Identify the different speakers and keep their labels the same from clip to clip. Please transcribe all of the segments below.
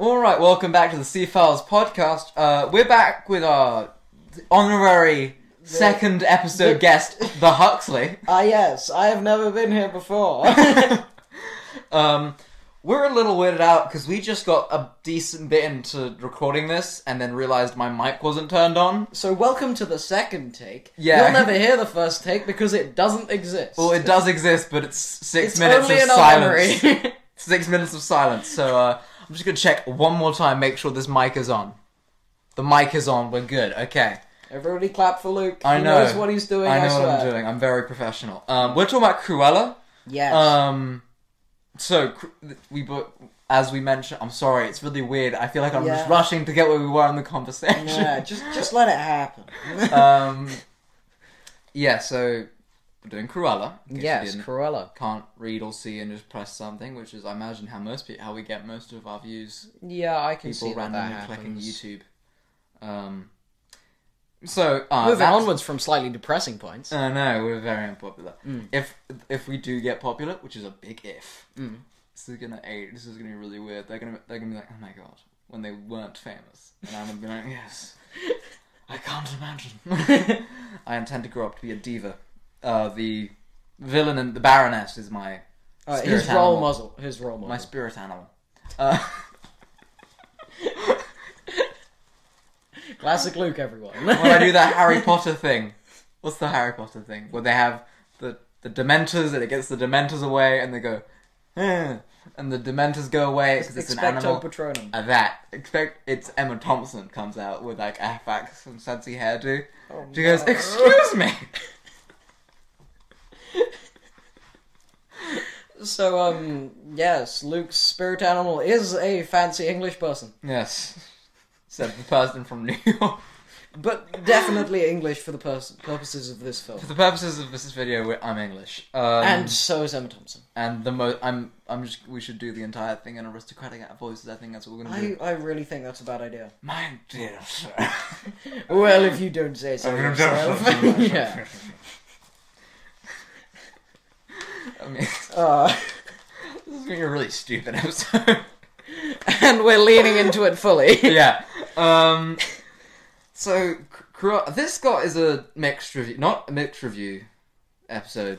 Speaker 1: right, welcome back to the Sea Files podcast. Uh, we're back with our honorary second episode
Speaker 2: the-
Speaker 1: guest, the Huxley.
Speaker 2: Ah, yes, I have never been here before.
Speaker 1: um, we're a little weirded out because we just got a decent bit into recording this and then realized my mic wasn't turned on.
Speaker 2: so, welcome to the second take.
Speaker 1: Yeah.
Speaker 2: You'll never hear the first take because it doesn't exist.
Speaker 1: Well, it does exist, but it's six
Speaker 2: It's
Speaker 1: minutes
Speaker 2: only
Speaker 1: of
Speaker 2: an
Speaker 1: silence.
Speaker 2: honorary.
Speaker 1: Six minutes of silence. So uh, I'm just gonna check one more time, make sure this mic is on. The mic is on. We're good. Okay.
Speaker 2: Everybody clap for Luke.
Speaker 1: I
Speaker 2: he
Speaker 1: know.
Speaker 2: knows what he's doing,
Speaker 1: I
Speaker 2: I,
Speaker 1: know
Speaker 2: swear.
Speaker 1: what I'm doing. I'm very professional. Um, we're talking about Cruella.
Speaker 2: Yes.
Speaker 1: Um, so cr- we, bo- as we mentioned, I'm sorry, it's really weird. I feel like I'm just
Speaker 2: Yeah.
Speaker 1: rushing to get where we were in the conversation.
Speaker 2: yeah, just, just let it happen.
Speaker 1: um, yeah. So we're doing Cruella. in case you
Speaker 2: yes,
Speaker 1: didn't-
Speaker 2: Cruella.
Speaker 1: can't read or see and just press something, which is I imagine how most pe- how we get most of our views.
Speaker 2: Yeah, I can
Speaker 1: People
Speaker 2: see that, that
Speaker 1: randomly clicking
Speaker 2: happens.
Speaker 1: YouTube. Um. So uh,
Speaker 2: Moving
Speaker 1: that's-
Speaker 2: onwards from slightly depressing points.
Speaker 1: I know we're very unpopular. If if we do get popular, which is a big if,
Speaker 2: Mm.
Speaker 1: this is gonna eh, this is gonna be really weird. They're gonna they're gonna be like, oh my god, when they weren't famous, and I'm gonna be like, yes, I can't imagine. I intend to grow up to be a diva. Uh, the villain and the Baroness is my
Speaker 2: Alright,
Speaker 1: spirit
Speaker 2: his role
Speaker 1: animal.
Speaker 2: model. His role model.
Speaker 1: my spirit animal. Uh,
Speaker 2: Classic Luke, everyone.
Speaker 1: when I do that Harry Potter thing, what's the Harry Potter thing? Where they have the the Dementors and it gets the Dementors away, and they go, "Eh," and the Dementors go away because it's an
Speaker 2: Expecto
Speaker 1: animal.
Speaker 2: Patronum.
Speaker 1: Uh, that expect it's Emma Thompson comes out with like a fax and fancy hairdo.
Speaker 2: Oh,
Speaker 1: she goes,
Speaker 2: no.
Speaker 1: "Excuse me."
Speaker 2: So, um, yes, Luke's spirit animal is a fancy English person,
Speaker 1: yes, said the person from New York.
Speaker 2: but definitely English for the pers- purposes of this film.
Speaker 1: For the purposes of this video, we- I'm English. Um,
Speaker 2: And so is Emma Thompson.
Speaker 1: and the most I'm I'm just we should do the entire thing in aristocratic voices. I think that's what we're gonna do.
Speaker 2: I, I really think that's a bad idea.
Speaker 1: My dear sir.
Speaker 2: Well, if you don't say so yourself. yeah.
Speaker 1: I mean,
Speaker 2: Uh,
Speaker 1: this is going to be a really stupid episode.
Speaker 2: and we're leaning into it fully.
Speaker 1: yeah. Um, so, Cr- Cru- this got is a mixed review, not a mixed review episode.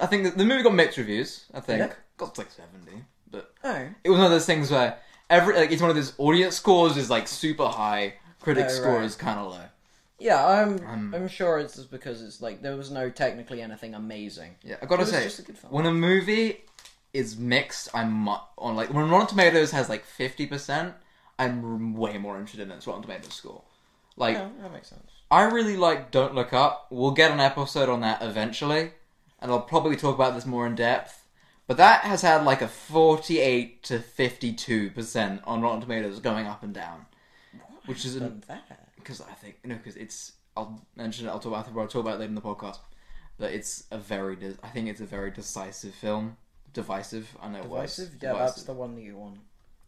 Speaker 1: I think the, the movie got mixed reviews, I think.
Speaker 2: Yeah.
Speaker 1: Got like 70, but
Speaker 2: Oh.
Speaker 1: it was one of those things where every like it's one of those audience scores is like super high, critic
Speaker 2: Oh,
Speaker 1: score
Speaker 2: right.
Speaker 1: is kind of low.
Speaker 2: Yeah, I'm
Speaker 1: Um,
Speaker 2: I'm sure it's just because it's like there was no technically anything amazing.
Speaker 1: Yeah, I gotta
Speaker 2: It was
Speaker 1: say,
Speaker 2: just a good film.
Speaker 1: when a movie is mixed, I'm mu- on like when Rotten Tomatoes has like fifty percent, I'm r- way more interested in its Rotten Tomatoes score. Like,
Speaker 2: Yeah, that makes sense.
Speaker 1: I really like Don't Look Up. We'll get an episode on that eventually, and I'll probably talk about this more in depth. But that has had like a forty-eight to fifty-two percent on Rotten Tomatoes, going up and down, which is an
Speaker 2: Done that.
Speaker 1: because I think no, because it's I'll mention it. I'll talk about I'll talk about it later in the podcast. But it's a very de- I think it's a very decisive film. Divisive, I know it was.
Speaker 2: Divisive? Yeah, that's the one that you want.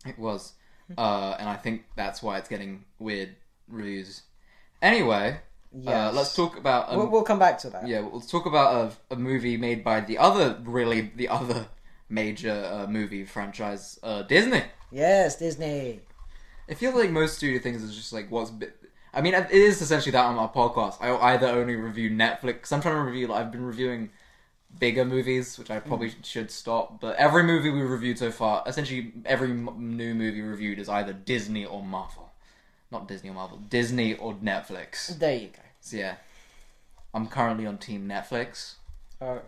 Speaker 1: It was, uh, and I think that's why it's getting weird reviews. Anyway, uh,
Speaker 2: Yes.
Speaker 1: let's talk about um,
Speaker 2: We'll, we'll come back to that.
Speaker 1: yeah, let's talk about a, a movie made by the other really the other major uh, movie franchise, uh, Disney.
Speaker 2: Yes, Disney.
Speaker 1: It feels like most studio things is just like what's. Bi- I mean, it is essentially that on our podcast. I either only review Netflix. Cause I'm trying to review. Like, I've been reviewing bigger movies, which I probably
Speaker 2: Mm.
Speaker 1: should stop. But every movie we reviewed so far, essentially every m- new movie reviewed is either Disney or Marvel. Not Disney or Marvel. Disney or Netflix.
Speaker 2: There you go.
Speaker 1: So yeah, I'm currently on Team Netflix.
Speaker 2: Oh,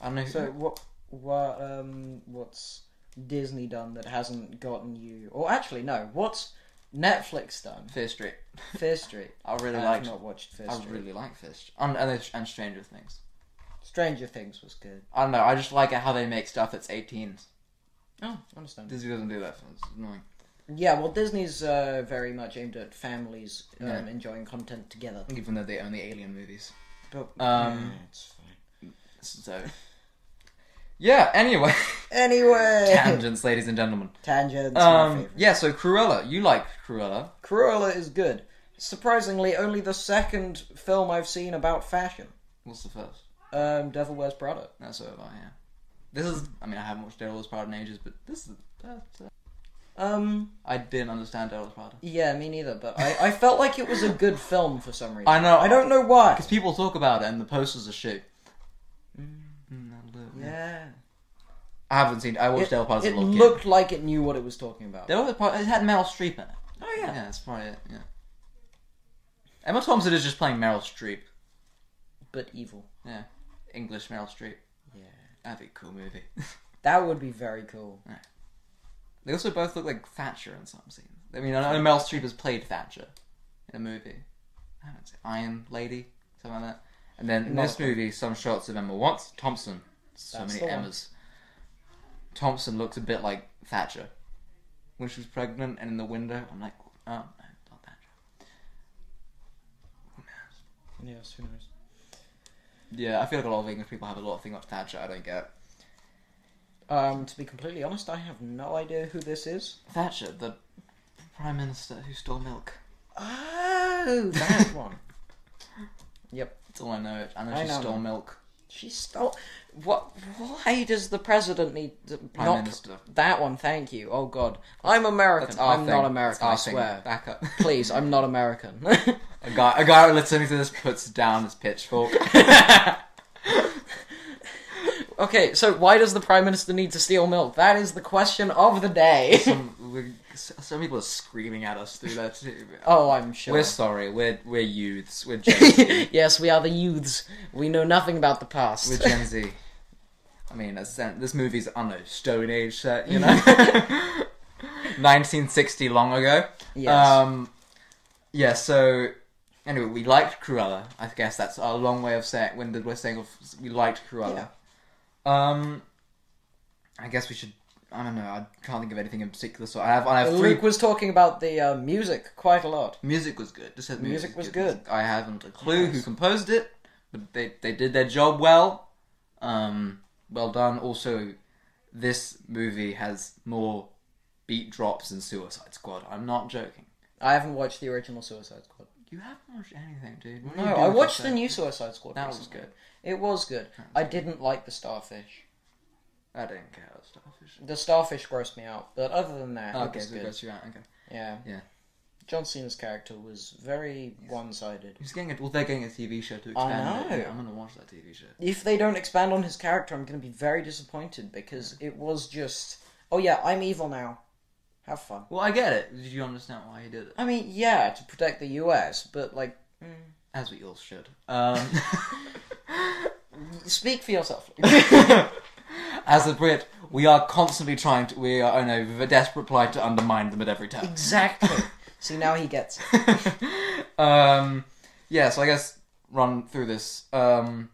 Speaker 1: I don't know.
Speaker 2: so what? What? Um, what's Disney done that hasn't gotten you? Or actually, no. What's Netflix done?
Speaker 1: Fear Street.
Speaker 2: Fear Street.
Speaker 1: I really
Speaker 2: I've
Speaker 1: liked.
Speaker 2: not watched Fear
Speaker 1: I
Speaker 2: Street.
Speaker 1: really like Fear Street. And, and, and Stranger Things.
Speaker 2: Stranger Things was good.
Speaker 1: I don't know. I just like how they make stuff that's 18s.
Speaker 2: Oh, understand.
Speaker 1: Disney doesn't do that. so It's annoying.
Speaker 2: Yeah, well, Disney's uh, very much aimed at families um,
Speaker 1: Yeah.
Speaker 2: enjoying content together.
Speaker 1: Even though they own the Alien movies.
Speaker 2: But
Speaker 1: Um,
Speaker 2: yeah, it's fine.
Speaker 1: So. Yeah, anyway.
Speaker 2: Anyway,
Speaker 1: Tangents, ladies and gentlemen.
Speaker 2: tangents. my
Speaker 1: Um,
Speaker 2: favorite.
Speaker 1: yeah, so Cruella. You like Cruella.
Speaker 2: Cruella is good. Surprisingly, only the second film I've seen about fashion.
Speaker 1: What's the first?
Speaker 2: Um, Devil Wears Prada.
Speaker 1: That's what I, yeah. This is. I mean, I haven't watched Devil's Pride in ages, but this is. That's, uh,
Speaker 2: Um,
Speaker 1: I didn't understand Dallas Prada.
Speaker 2: yeah, me neither. But I, I felt like it was a good film for some reason.
Speaker 1: I know.
Speaker 2: I don't know why.
Speaker 1: Because people talk about it and the posters are shit. Mm, I love it.
Speaker 2: Yeah,
Speaker 1: I haven't seen. I watched
Speaker 2: it,
Speaker 1: Dallas Prada as
Speaker 2: it
Speaker 1: a little
Speaker 2: looked like it knew what it was talking about.
Speaker 1: kid. Dallas Prada- It had Meryl Streep in it.
Speaker 2: Oh yeah.
Speaker 1: Yeah, that's probably it. Yeah. Emma Thompson is just playing Meryl Streep.
Speaker 2: but evil.
Speaker 1: Yeah, English Meryl Streep.
Speaker 2: Yeah,
Speaker 1: That'd be a cool movie.
Speaker 2: that would be very cool.
Speaker 1: they also both look like Thatcher in some scenes. I mean, I know Meryl Streep has played Thatcher in a movie. I haven't seen Iron Lady, something like that. And then in this movie, some shots of Emma Watts Thompson. So
Speaker 2: That's
Speaker 1: many
Speaker 2: the one.
Speaker 1: Emmas. Thompson looks a bit like Thatcher when she was pregnant and in the window. I'm like, oh no, not Thatcher.
Speaker 2: Yes, who knows?
Speaker 1: Yeah, I feel like a lot of English people have a lot of things about Thatcher. I don't get
Speaker 2: Um, to be completely honest, I have no idea who this is.
Speaker 1: Thatcher, the prime minister who stole milk.
Speaker 2: Oh, that one. Yep.
Speaker 1: That's all I know. I know
Speaker 2: I
Speaker 1: she
Speaker 2: know.
Speaker 1: stole milk.
Speaker 2: She stole. What? Why does the president need to
Speaker 1: Prime
Speaker 2: not
Speaker 1: Minister.
Speaker 2: that one? Thank you. Oh God, I'm American.
Speaker 1: That's our
Speaker 2: I'm
Speaker 1: thing.
Speaker 2: not
Speaker 1: That's
Speaker 2: American.
Speaker 1: our
Speaker 2: I
Speaker 1: thing.
Speaker 2: swear.
Speaker 1: Back up.
Speaker 2: Please, I'm not American.
Speaker 1: A guy, a guy listening to this puts down his pitchfork.
Speaker 2: okay, so why does the prime minister need to steal milk? That is the question of the day.
Speaker 1: some, we- s- some people are screaming at us through that. too.
Speaker 2: oh, I'm sure.
Speaker 1: We're sorry. We're we're youths. We're Gen Z.
Speaker 2: yes, we are the youths. We know nothing about the past.
Speaker 1: we're Gen Z. I mean, that's- this movie's I don't know Stone Age set, you know, 1960 long ago.
Speaker 2: Yes.
Speaker 1: Um, yeah. So anyway, we liked Cruella. I guess that's a long way of saying when we're saying of- we liked Cruella. Um, I guess we should. I don't know. I can't think of anything in particular. So I have. I have three.
Speaker 2: Luke was talking about the uh, music quite a lot.
Speaker 1: Music was good. Just said music,
Speaker 2: Music was
Speaker 1: I haven't a clue who composed it, but they they did their job well. Um, well done. Also, this movie has more beat drops than Suicide Squad. I'm not joking.
Speaker 2: I haven't watched the original Suicide Squad.
Speaker 1: You haven't watched anything, dude. What are
Speaker 2: No,
Speaker 1: you doing
Speaker 2: I
Speaker 1: with
Speaker 2: watched the
Speaker 1: yourself?
Speaker 2: new Suicide Squad.
Speaker 1: That was
Speaker 2: recently.
Speaker 1: good.
Speaker 2: It was good. I didn't like the starfish.
Speaker 1: I didn't care about Starfish.
Speaker 2: The starfish grossed me out, but other than that, it
Speaker 1: Okay,
Speaker 2: was
Speaker 1: so it
Speaker 2: good.
Speaker 1: goes you out. Okay,
Speaker 2: Yeah.
Speaker 1: Yeah.
Speaker 2: John Cena's character was very one-sided.
Speaker 1: he's getting a, well, they're getting a TV show to expand
Speaker 2: know.
Speaker 1: it. Yeah, I'm gonna watch that TV show.
Speaker 2: If they don't expand on his character, I'm going to be very disappointed because it was just, oh yeah, I'm evil now. Have fun.
Speaker 1: Well, I get it. Did you understand why he did it?
Speaker 2: I mean, yeah, to protect the U.S., but like, mm,
Speaker 1: As we all should. Um,
Speaker 2: speak for yourself.
Speaker 1: As a Brit, we are constantly trying to. We are in a desperate plight to undermine them at every turn.
Speaker 2: exactly. See, now he gets. It.
Speaker 1: um, yeah, so I guess run through this. Um,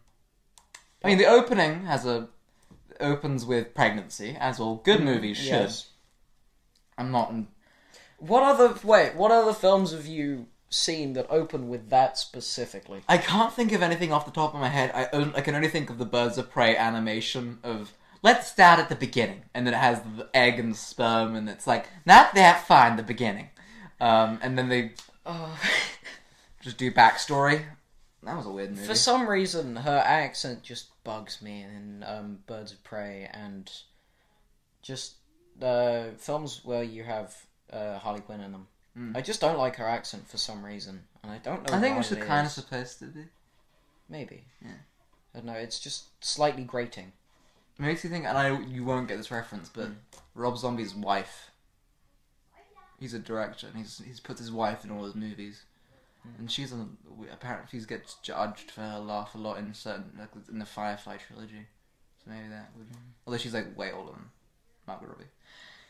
Speaker 1: I mean, the opening has a opens with pregnancy, as all good movies should.
Speaker 2: Yes.
Speaker 1: I'm not. In,
Speaker 2: What other wait? What other films have you seen that open with that specifically?
Speaker 1: I can't think of anything off the top of my head. I on, I can only think of the Birds of Prey animation of. Let's start at the beginning, and then it has the egg and sperm, and it's like not that fine. The beginning, um, and then they
Speaker 2: Oh.
Speaker 1: just do backstory. That was a weird movie.
Speaker 2: for some reason, her accent just bugs me in um, Birds of Prey and just uh, films where you have uh, Harley Quinn in them. I just don't like her accent for some reason, and I don't know.
Speaker 1: Hmm. I think
Speaker 2: why
Speaker 1: it's the
Speaker 2: it
Speaker 1: kind of
Speaker 2: is.
Speaker 1: supposed to be.
Speaker 2: maybe. Yeah. I don't know. It's just slightly grating.
Speaker 1: makes you think, and I you won't get this reference, but Rob Zombie's wife. He's a director, and he's he's put his wife in all his movies, and she's on. Apparently, she gets judged for her laugh a lot in certain like in the Firefly trilogy. So maybe that would. Although she's like way older than Margot Robbie.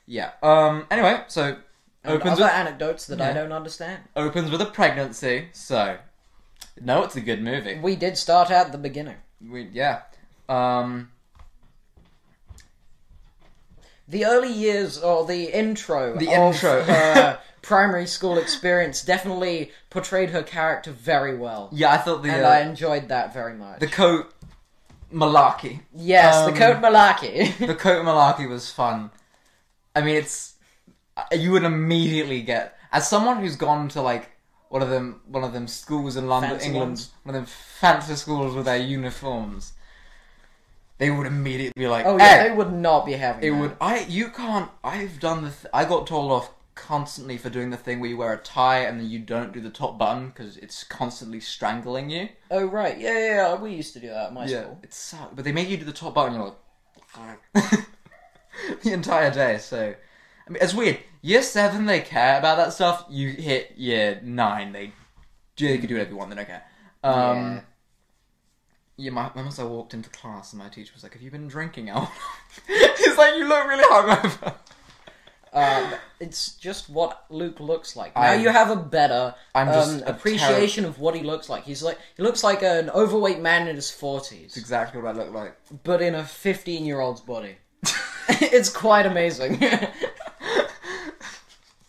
Speaker 1: Yeah. Um. Anyway, so
Speaker 2: And
Speaker 1: opens
Speaker 2: other
Speaker 1: with,
Speaker 2: anecdotes that I
Speaker 1: Yeah.
Speaker 2: don't understand.
Speaker 1: opens with a pregnancy. So, no, it's a good movie.
Speaker 2: We did start at the beginning.
Speaker 1: We, yeah. Um.
Speaker 2: The early years or the intro
Speaker 1: The
Speaker 2: of
Speaker 1: intro.
Speaker 2: her primary school experience definitely portrayed her character very well.
Speaker 1: Yeah, I thought the
Speaker 2: And
Speaker 1: uh,
Speaker 2: I enjoyed that very much.
Speaker 1: the coat malarkey.
Speaker 2: yes,
Speaker 1: um,
Speaker 2: the Code Malarkey.
Speaker 1: The coat malarkey was fun. I mean, it's uh, you would immediately get as someone who's gone to like one of them one of them schools in London,
Speaker 2: Fancy
Speaker 1: England,
Speaker 2: ones.
Speaker 1: one of them fancy schools with their uniforms. they would immediately be like,
Speaker 2: Oh yeah,
Speaker 1: "Hey,
Speaker 2: they would not be having
Speaker 1: It
Speaker 2: that.
Speaker 1: would. I. You can't. I've done the. Th- I got told off constantly for doing the thing where you wear a tie and then you don't do the top button because it's constantly strangling you.
Speaker 2: Oh right, yeah, yeah, yeah, we used to do that at my school.
Speaker 1: it sucks. But they make you do the top button. You're like the entire day. So, I mean, it's weird. Year seven, they care about that stuff. You hit year nine, they they could do whatever you want. They don't care. Um,
Speaker 2: yeah.
Speaker 1: Yeah, my, my must I walked into class and my teacher was like, "Have you been drinking?" Al?" He's like, "You look really hungover."
Speaker 2: Uh, it's just what Luke looks like. Now
Speaker 1: I'm-
Speaker 2: you have a better
Speaker 1: I'm just
Speaker 2: um,
Speaker 1: a terri-
Speaker 2: appreciation of what he looks like. He's like he looks like an overweight man in his forties,
Speaker 1: exactly what I look like.
Speaker 2: but in a fifteen-year-old's body. it's quite amazing.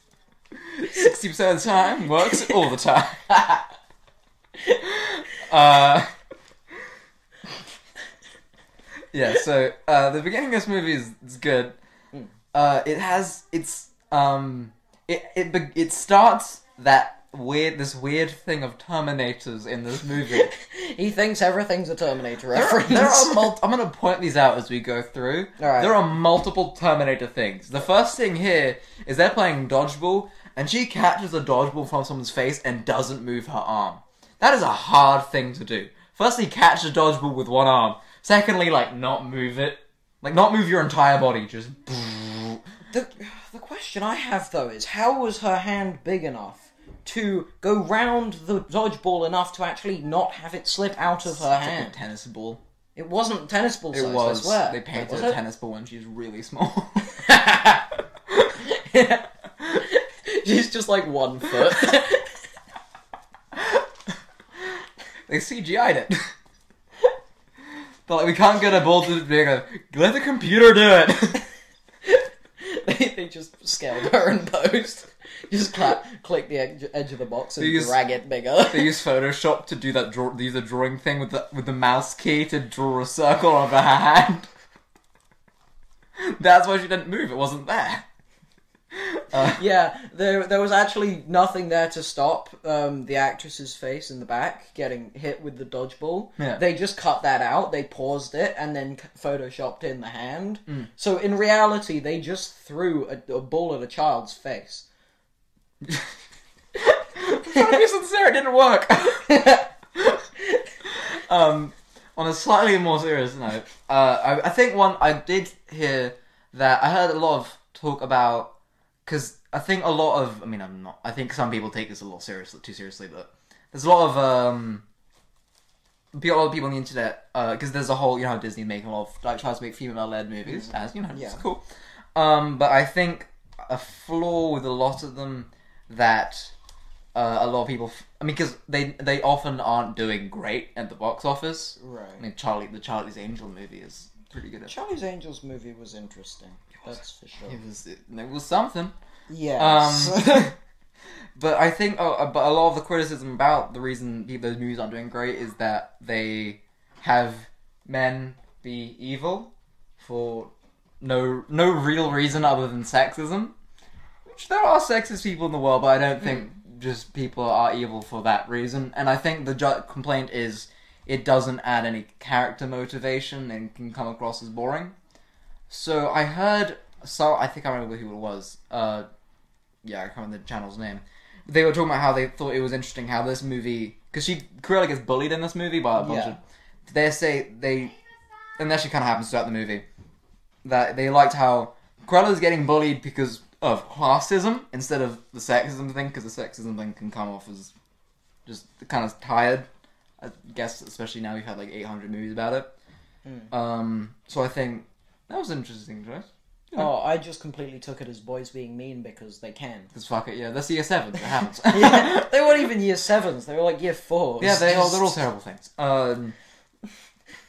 Speaker 1: Sixty percent of the time works all the time. uh, yeah, so uh, the beginning of this movie is, is good. Uh, it has it's um it it be- it starts that weird this weird thing of Terminators in this movie.
Speaker 2: he thinks everything's a Terminator
Speaker 1: There are,
Speaker 2: reference.
Speaker 1: there are mul- I'm going to point these out as we go through.
Speaker 2: All right.
Speaker 1: There are multiple Terminator things. The first thing here is they're playing dodgeball, and she catches a dodgeball from someone's face and doesn't move her arm. That is a hard thing to do. Firstly, catch a dodgeball with one arm. Secondly, like not move it, like not move your entire body. Just
Speaker 2: The, the question I have though is how was her hand big enough to go round the dodgeball enough to actually not have it slip out of
Speaker 1: It's
Speaker 2: her
Speaker 1: like a
Speaker 2: hand?
Speaker 1: tennis ball.
Speaker 2: It wasn't tennis ball
Speaker 1: It
Speaker 2: size.
Speaker 1: was.
Speaker 2: I swear.
Speaker 1: They painted
Speaker 2: was
Speaker 1: a
Speaker 2: it?
Speaker 1: tennis ball when she's really small.
Speaker 2: She's just like one foot.
Speaker 1: They CGI'd it. but like, we can't get a ball to bigger. Let the computer do it.
Speaker 2: they, they just scaled her in post. Just clap, click the edge, edge of the box and
Speaker 1: They use-
Speaker 2: drag it bigger.
Speaker 1: they use Photoshop to do that. Draw, they use a drawing thing with the with the mouse key to draw a circle on her hand. That's why she didn't move. It wasn't there. Uh,
Speaker 2: yeah, there there was actually nothing there to stop um, the actress's face in the back getting hit with the dodgeball.
Speaker 1: Yeah.
Speaker 2: They just cut that out. They paused it and then c- photoshopped in the hand.
Speaker 1: Mm.
Speaker 2: So in reality, they just threw a, a ball at a child's face.
Speaker 1: I'm trying to be sincere. It didn't work. um, on a slightly more serious note, uh, I, I think one I did hear that I heard a lot of talk about because I think a lot of I mean I'm not I think some people take this a lot seriously too seriously, but there's a lot of um, pe- a lot of people on the internet because there's a whole you know how Disney make a lot of like tries to make female led movies as you know
Speaker 2: Yeah.
Speaker 1: it's cool, um, but I think a flaw with a lot of them that uh, a lot of people. F- I mean, because they they often aren't doing great at the box office. I
Speaker 2: Right.
Speaker 1: mean, Charlie, the Charlie's Angel movie is pretty good. At-
Speaker 2: Charlie's Angels movie was interesting. That's for sure.
Speaker 1: it was it, it was something.
Speaker 2: Yes.
Speaker 1: Um, but I think, uh, but a lot of the criticism about the reason people, those movies aren't doing great is that they have men be evil for no no real reason other than sexism. Which there are sexist people in the world, but I don't think just people are evil for that reason. And I think the ju- complaint is it doesn't add any character motivation and can come across as boring. So I heard, so I think I remember who it was. Uh, yeah, I can't remember the channel's name. They were talking about how they thought it was interesting how this movie, because she Cruella gets bullied in this movie by a bunch
Speaker 2: Yeah.
Speaker 1: of. They say they, and that actually kind of happens throughout the movie, that they liked how Cruella's getting bullied because of classism instead of the sexism thing, because the sexism thing can come off as just kind of tired. I guess especially now we've had like 800 movies about it.
Speaker 2: Hmm.
Speaker 1: Um, so I think that was an interesting choice.
Speaker 2: oh, I just completely took it as boys being mean because they can.
Speaker 1: Because fuck it, yeah, that's year seven. That happens.
Speaker 2: yeah, they weren't even year sevens. They were like year fours.
Speaker 1: Yeah, they are.
Speaker 2: Just-
Speaker 1: They're all terrible things. Um,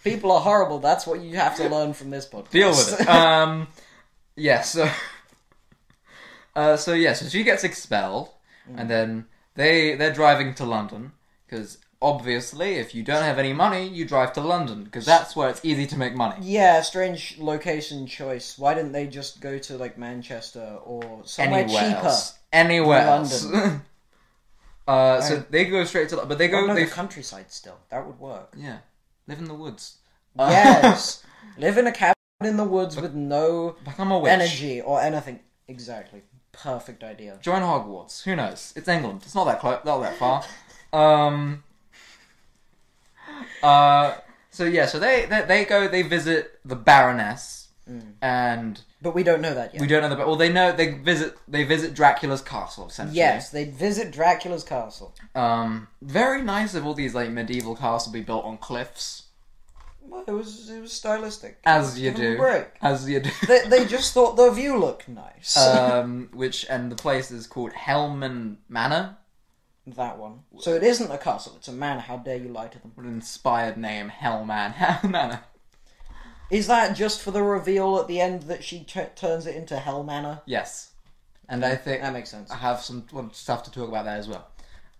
Speaker 2: People are horrible. That's what you have to learn from this podcast.
Speaker 1: deal with it. Um, yeah. So, uh, so yeah. So she gets expelled,
Speaker 2: Mm.
Speaker 1: and then they they're driving to London because obviously, if you don't have any money, you drive to London because that's where it's easy to make money.
Speaker 2: yeah, strange location choice. Why didn't they just go to like Manchester or somewhere
Speaker 1: Anywhere
Speaker 2: cheaper?
Speaker 1: else. Anywhere else.
Speaker 2: London.
Speaker 1: uh, so they go straight to, but they
Speaker 2: Oh,
Speaker 1: go.
Speaker 2: no,
Speaker 1: they
Speaker 2: the countryside still. That would work.
Speaker 1: yeah, live in the woods.
Speaker 2: Yes. Live in a cabin in the woods with no
Speaker 1: Become a witch.
Speaker 2: energy or anything. Exactly. Perfect idea.
Speaker 1: Join Hogwarts. Who knows? It's England. It's not that close. Not that far. Um. Uh. So yeah. So they they, they go. They visit the Baroness,
Speaker 2: Mm.
Speaker 1: and
Speaker 2: But we don't know that yet.
Speaker 1: we don't know the. Well, they know they visit. They visit Dracula's castle. Essentially.
Speaker 2: yes, they visit Dracula's castle.
Speaker 1: Um. Very nice of all these like medieval castles be built on cliffs,
Speaker 2: Well, it was it was stylistic.
Speaker 1: as you
Speaker 2: Give 'em a
Speaker 1: do.
Speaker 2: break.
Speaker 1: As you do.
Speaker 2: They, they just thought the view looked nice.
Speaker 1: um. Which and the place is called Hellman Manor.
Speaker 2: that one. So it isn't a castle; it's a man. How dare you lie to them?
Speaker 1: What an inspired name, Hellman Hell Manor.
Speaker 2: Is that just for the reveal at the end that she t- turns it into Hell Manor?
Speaker 1: Yes. And I think
Speaker 2: That makes sense.
Speaker 1: I have some well, stuff to talk about that as well.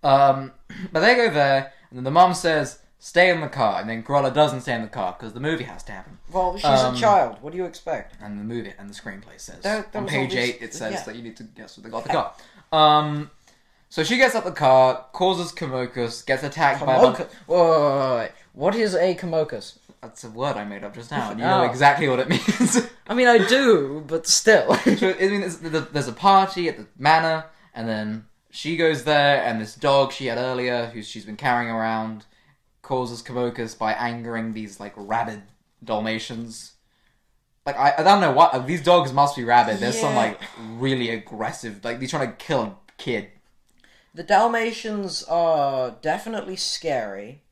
Speaker 1: Um, but they go there, and then the mum says, "Stay in the car," and then Grolla doesn't stay in the car because the movie has to happen.
Speaker 2: Well, she's
Speaker 1: um,
Speaker 2: a child. What do you expect?
Speaker 1: And the movie and the screenplay says
Speaker 2: That- that
Speaker 1: on
Speaker 2: was
Speaker 1: page
Speaker 2: obvious-
Speaker 1: eight it says
Speaker 2: yeah.
Speaker 1: that you need to guess what they got the car. Um, so she gets out the car, causes Kamokus, gets attacked by.
Speaker 2: Kamoka- Whoa, whoa, whoa, whoa, wait. What is a Kamokas?
Speaker 1: The, that's a word I made up just now. And you
Speaker 2: Oh.
Speaker 1: know exactly what it means.
Speaker 2: I mean, I do, but still.
Speaker 1: So I mean, there's, there's there's a party at the manor, and then she goes there, and this dog she had earlier, who she's been carrying around, causes Kamokas by angering these like rabid Dalmatians. Like I, I don't know what these dogs must be rabid. There's some
Speaker 2: Yeah.
Speaker 1: like really aggressive, like they're trying to kill a kid.
Speaker 2: the Dalmatians are definitely scary,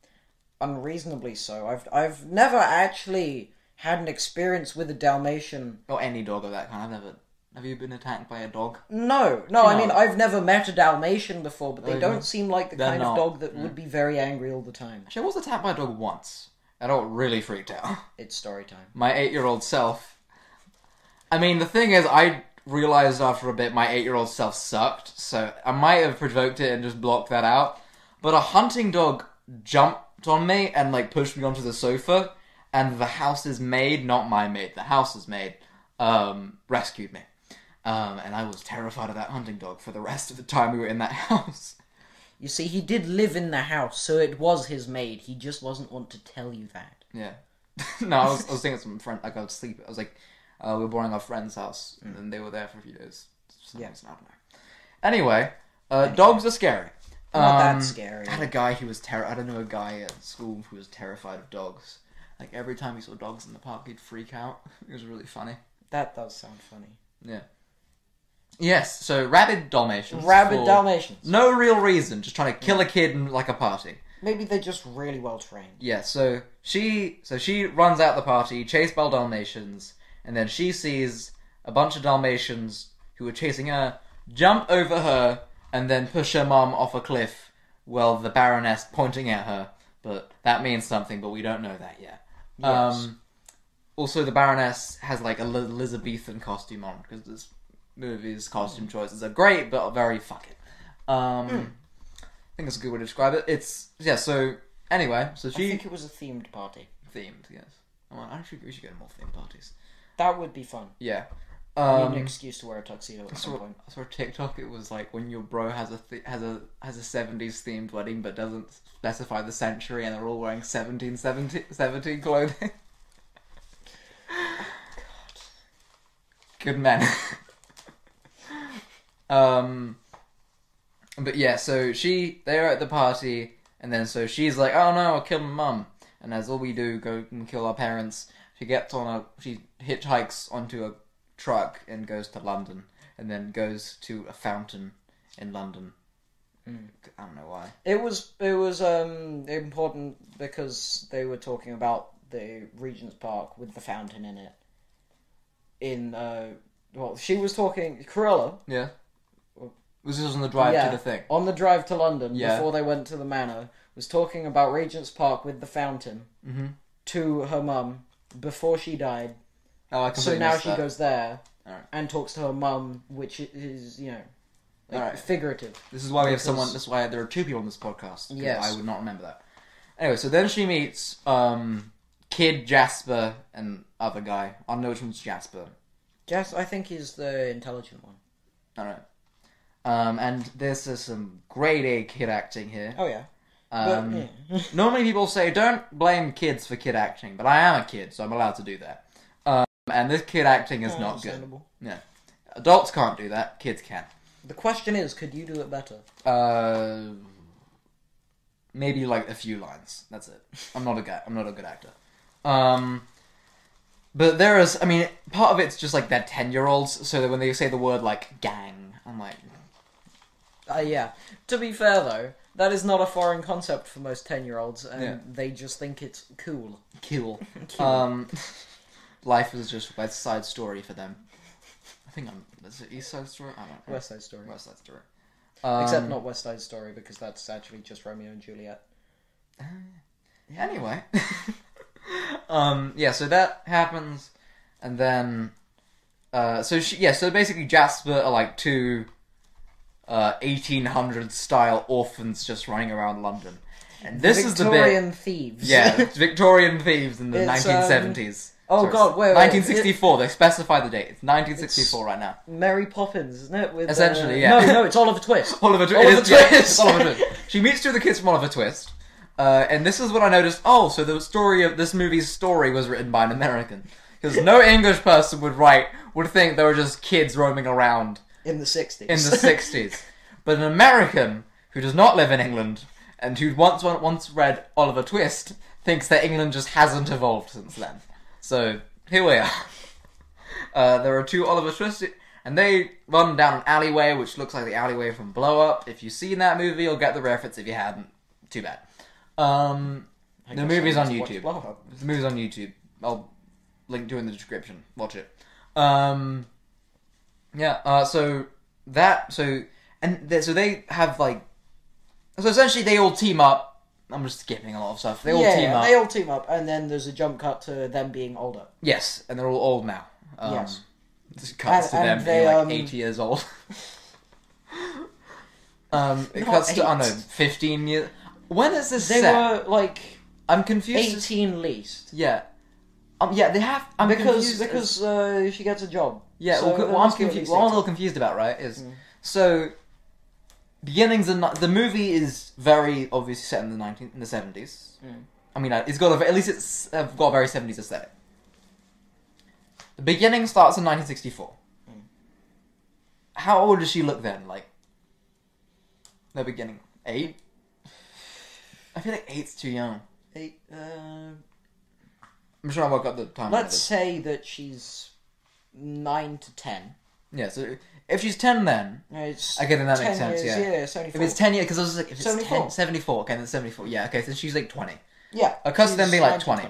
Speaker 2: unreasonably so. I've I've never actually had an experience with a Dalmatian.
Speaker 1: Or any dog of that kind. I've never. Have you been attacked by a dog?
Speaker 2: No, no, I mean I've never met a Dalmatian before, but they
Speaker 1: Oh,
Speaker 2: don't
Speaker 1: yeah.
Speaker 2: seem like the
Speaker 1: They're
Speaker 2: kind
Speaker 1: not.
Speaker 2: of dog that would be very angry all the time.
Speaker 1: Actually, I was attacked by a dog once. and I got really freaked out.
Speaker 2: It's story time.
Speaker 1: my eight year old self. I mean, the thing is, I realized after a bit my eight year old self sucked, so I might have provoked it and just blocked that out. But a hunting dog jumped on me and like pushed me onto the sofa, and the house's maid, not my maid, the house's maid, um, rescued me. Um, and I was terrified of that hunting dog for the rest of the time we were in that house.
Speaker 2: You see, he did live in the house, so it was his maid. He just wasn't want to tell you that.
Speaker 1: Yeah. no, I was, I was thinking some friend. Like I was sleep. I was like, uh, we were borrowing our friend's house, and then they were there for a few days. For some
Speaker 2: Mm. Yeah.
Speaker 1: reason, I don't know. Anyway, uh, dogs are scary.
Speaker 2: Not
Speaker 1: Um,
Speaker 2: that scary.
Speaker 1: I had a guy who was ter- I don't know a guy at school who was terrified of dogs. Like every time he saw dogs in the park, he'd freak out. It was really funny.
Speaker 2: That does sound funny.
Speaker 1: Yeah. Yes. So rabid Dalmatians.
Speaker 2: Rabid
Speaker 1: for
Speaker 2: Dalmatians.
Speaker 1: No real reason, just trying to kill a kid in like a party.
Speaker 2: Maybe they're just really well trained.
Speaker 1: Yeah, so she so she runs out the party, chased by Dalmatians, and then she sees a bunch of Dalmatians who are chasing her jump over her and then push her mum off a cliff while the Baroness pointing at her. But that means something, but we don't know that yet. Um also the Baroness has like a Li- Elizabethan costume on because this movie's costume choices are great but very fuck it. Um
Speaker 2: Hmm.
Speaker 1: I think that's a good way to describe it. It's yeah, so anyway, so
Speaker 2: I
Speaker 1: she
Speaker 2: think it was a themed party.
Speaker 1: themed, yes. I mean, I should, we should go to more themed parties.
Speaker 2: That would be fun.
Speaker 1: Yeah.
Speaker 2: I need an
Speaker 1: Um,
Speaker 2: excuse to wear a tuxedo at
Speaker 1: I saw,
Speaker 2: some point.
Speaker 1: I saw a TikTok. It was like when your bro has a th- has a has a seventies themed wedding, but doesn't specify the century, and they're all wearing 17, 17, 17 clothing. Good men. um, but yeah, so she they're at the party, and then so she's like, "Oh no, I'll kill my mum." And as all we do, go and kill our parents. She gets on a she hitchhikes onto a truck and goes to London, and then goes to a fountain in London.
Speaker 2: Hmm.
Speaker 1: I don't know why.
Speaker 2: It was it was um important because they were talking about the Regent's Park with the fountain in it. In uh well, she was talking Cruella
Speaker 1: Yeah, was this on the drive
Speaker 2: yeah,
Speaker 1: to the thing?
Speaker 2: on the drive to London
Speaker 1: Yeah.
Speaker 2: before they went to the manor was talking about Regent's Park with the fountain
Speaker 1: Mhm.
Speaker 2: to her mum before she died.
Speaker 1: Oh, I
Speaker 2: So
Speaker 1: completely
Speaker 2: now
Speaker 1: missed
Speaker 2: she
Speaker 1: that.
Speaker 2: goes there
Speaker 1: Alright.
Speaker 2: and talks to her mum, which is you know like
Speaker 1: Alright.
Speaker 2: figurative.
Speaker 1: This is why we have
Speaker 2: Because-
Speaker 1: someone. This is why there are two people on this podcast. 'cause
Speaker 2: Yes.
Speaker 1: I would not remember that. Anyway, so then she meets um, Kid Jasper and other guy. I don't know which one's Jasper.
Speaker 2: Yes, I think he's the intelligent one.
Speaker 1: All right. Um, and this is some grade A kid acting here.
Speaker 2: Oh yeah.
Speaker 1: Um,
Speaker 2: but, yeah.
Speaker 1: Normally, people say don't blame kids for kid acting, but I am a kid, so I'm allowed to do that. Um, and this kid acting is not good.
Speaker 2: Understandable.
Speaker 1: Adults can't do that. Kids can.
Speaker 2: The question is, could you do it better?
Speaker 1: Uh, maybe like a few lines. That's it. I'm not a guy. I'm not a good actor. Um, but there is. I mean, part of it's just like they're ten year olds, so that when they say the word like gang, I'm like,
Speaker 2: Uh, yeah. To be fair, though, that is not a foreign concept for most 10 year olds, and
Speaker 1: Yeah.
Speaker 2: they just think it's cool.
Speaker 1: cool. Um, life is just West Side Story for them. I think I'm. Is it East Side Story? I don't know.
Speaker 2: West Side Story.
Speaker 1: West Side Story. Um,
Speaker 2: Except not West Side Story, because that's actually just Romeo and Juliet.
Speaker 1: Anyway. um. Yeah. So that happens, and then, uh. So she, yeah. So basically, Jasper are like two, uh, eighteen hundred style orphans just running around London, and this is the bit.
Speaker 2: Victorian thieves.
Speaker 1: Yeah, it's Victorian thieves in the
Speaker 2: It's, um,
Speaker 1: nineteen seventies.
Speaker 2: oh God, wait, wait,
Speaker 1: Nineteen sixty-four. They specify the date. It's nineteen sixty-four right now.
Speaker 2: Mary Poppins, isn't it? With, uh,
Speaker 1: Essentially, yeah.
Speaker 2: No, no, it's Oliver Twist.
Speaker 1: Oliver, Twi-
Speaker 2: Oliver
Speaker 1: it is, yeah,
Speaker 2: Twist.
Speaker 1: it's Oliver Twist. She meets two of the kids from Oliver Twist, uh, and this is what I noticed. Oh, so the story of this movie's story was written by an American because no English person would write would think there were just kids roaming around
Speaker 2: In the 60s.
Speaker 1: in the sixties. But an American who does not live in England and who once once read Oliver Twist thinks that England just hasn't evolved since then. So here we are. Uh, there are two Oliver Twist, and they run down an alleyway which looks like the alleyway from Blow Up. If you've seen that movie, you'll get the reference. If you haven't, too bad. Um,
Speaker 2: I
Speaker 1: the
Speaker 2: guess
Speaker 1: movie's
Speaker 2: I
Speaker 1: on
Speaker 2: must watch
Speaker 1: YouTube.
Speaker 2: Blow Up.
Speaker 1: The movie's on YouTube. I'll link to it in the description. Watch it. Um, yeah. Uh, so that so and th- so they have like so essentially they all team up. I'm just skipping a lot of stuff. They all
Speaker 2: yeah,
Speaker 1: team up.
Speaker 2: they all team up, and then there's a jump cut to them being older.
Speaker 1: Yes, and they're all old now. Um,
Speaker 2: Yes.
Speaker 1: This cuts
Speaker 2: And-
Speaker 1: to them
Speaker 2: and
Speaker 1: being
Speaker 2: they,
Speaker 1: like
Speaker 2: um,
Speaker 1: 80 years old. um, it
Speaker 2: Not
Speaker 1: cuts to, I don't know,
Speaker 2: eight.
Speaker 1: 15 years. When is this
Speaker 2: They
Speaker 1: set?
Speaker 2: were like
Speaker 1: I'm confused.
Speaker 2: 18 least.
Speaker 1: Yeah. Um, yeah, they have. I'm
Speaker 2: Because
Speaker 1: confused as-
Speaker 2: because uh, she gets a job.
Speaker 1: Yeah,
Speaker 2: So
Speaker 1: well, co-
Speaker 2: there
Speaker 1: what I'm
Speaker 2: must be at
Speaker 1: confused.
Speaker 2: least
Speaker 1: What I'm a
Speaker 2: 18.
Speaker 1: little confused about, right, is
Speaker 2: Mm.
Speaker 1: so beginnings and the movie is very obviously set in the 19 in the 70s.
Speaker 2: Mm.
Speaker 1: I mean, uh, it's got a, at least it's uh, got a very 70s aesthetic. The beginning starts in 1964.
Speaker 2: Mm.
Speaker 1: How old does she look then? Like the beginning, eight. I feel like eight's too young.
Speaker 2: Eight, uh,
Speaker 1: I'm sure I woke up the time.
Speaker 2: let's say that she's nine to ten.
Speaker 1: yeah. So if she's ten, then
Speaker 2: It's
Speaker 1: Okay, then that makes
Speaker 2: 10
Speaker 1: sense,
Speaker 2: Years,
Speaker 1: yeah.
Speaker 2: it's only
Speaker 1: If it's 10 years, because I was like, if it's
Speaker 2: 74.
Speaker 1: 10, 74, okay, then 74, yeah, okay, so she's like 20.
Speaker 2: yeah,
Speaker 1: A custom
Speaker 2: she's
Speaker 1: be like
Speaker 2: nine to
Speaker 1: 20.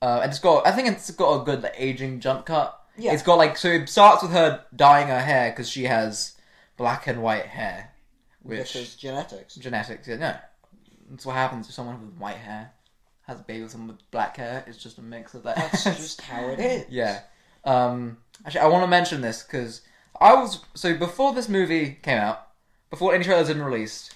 Speaker 1: Uh, and it's got, I think it's got a good like, aging jump cut.
Speaker 2: Yeah.
Speaker 1: It's got like, so it starts with her dyeing her hair because she has black and white hair, which
Speaker 2: Because genetics.
Speaker 1: genetics, yeah, no. That's what happens if someone with white hair has a baby with someone with black hair, it's just a mix of that.
Speaker 2: That's just how it is.
Speaker 1: Yeah. Um, actually, I want to mention this because I was so before this movie came out, before any trailers had been released,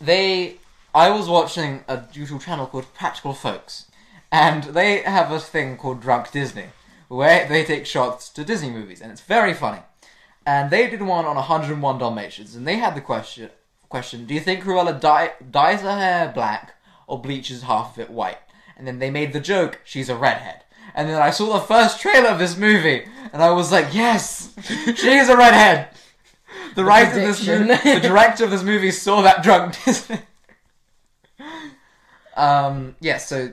Speaker 1: they I was watching a YouTube channel called Practical Folks, and they have a thing called Drunk Disney, where they take shots to Disney movies, and it's very funny. And they did one on 101 Dalmatians, and they had the question: question Do you think Cruella dye, dyes her hair black or bleaches half of it white? And then they made the joke: she's a redhead. And then I saw the first trailer of this movie, and I was like, yes, she is a redhead. The, writer of this
Speaker 2: prediction.
Speaker 1: movie, the director of this movie, saw that drunk Disney. Um, yeah, so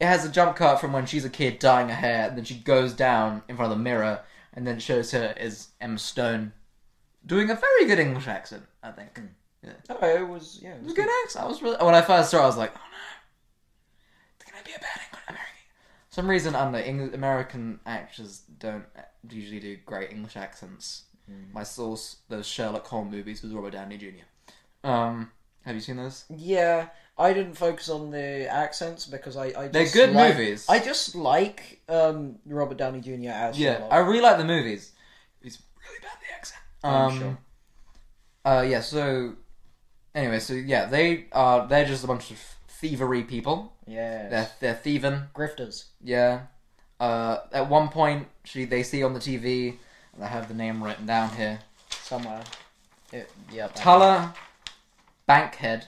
Speaker 1: it has a jump cut from when she's a kid dyeing her hair, and then she goes down in front of the mirror, and then shows her as Emma Stone doing a very good English accent, I think.
Speaker 2: Oh, it was yeah. It
Speaker 1: It was
Speaker 2: was
Speaker 1: a good accent. I was really, when I first saw it, I was like, oh no, it's gonna be a bad English American. For some reason, I don't know, English, American actors don't usually do great English accents. My source, those Sherlock Holmes movies with Robert Downey Jr. Um, have you seen those?
Speaker 2: Yeah, I didn't focus on the accents because I. I just
Speaker 1: They're good
Speaker 2: like-
Speaker 1: movies.
Speaker 2: I just like um, Robert Downey Jr. as
Speaker 1: Yeah,
Speaker 2: Sherlock.
Speaker 1: I really like the movies. It's really bad the accent.
Speaker 2: Oh, I'm
Speaker 1: Um,
Speaker 2: sure.
Speaker 1: Uh, yeah. So, anyway, so yeah, they are. They're just a bunch of thievery people.
Speaker 2: yeah.
Speaker 1: They're they're thieving.
Speaker 2: Grifters.
Speaker 1: Yeah. Uh, at one point, she they see on the TV, and I have the name written down here.
Speaker 2: somewhere. It, yeah. that-
Speaker 1: Tala Bankhead,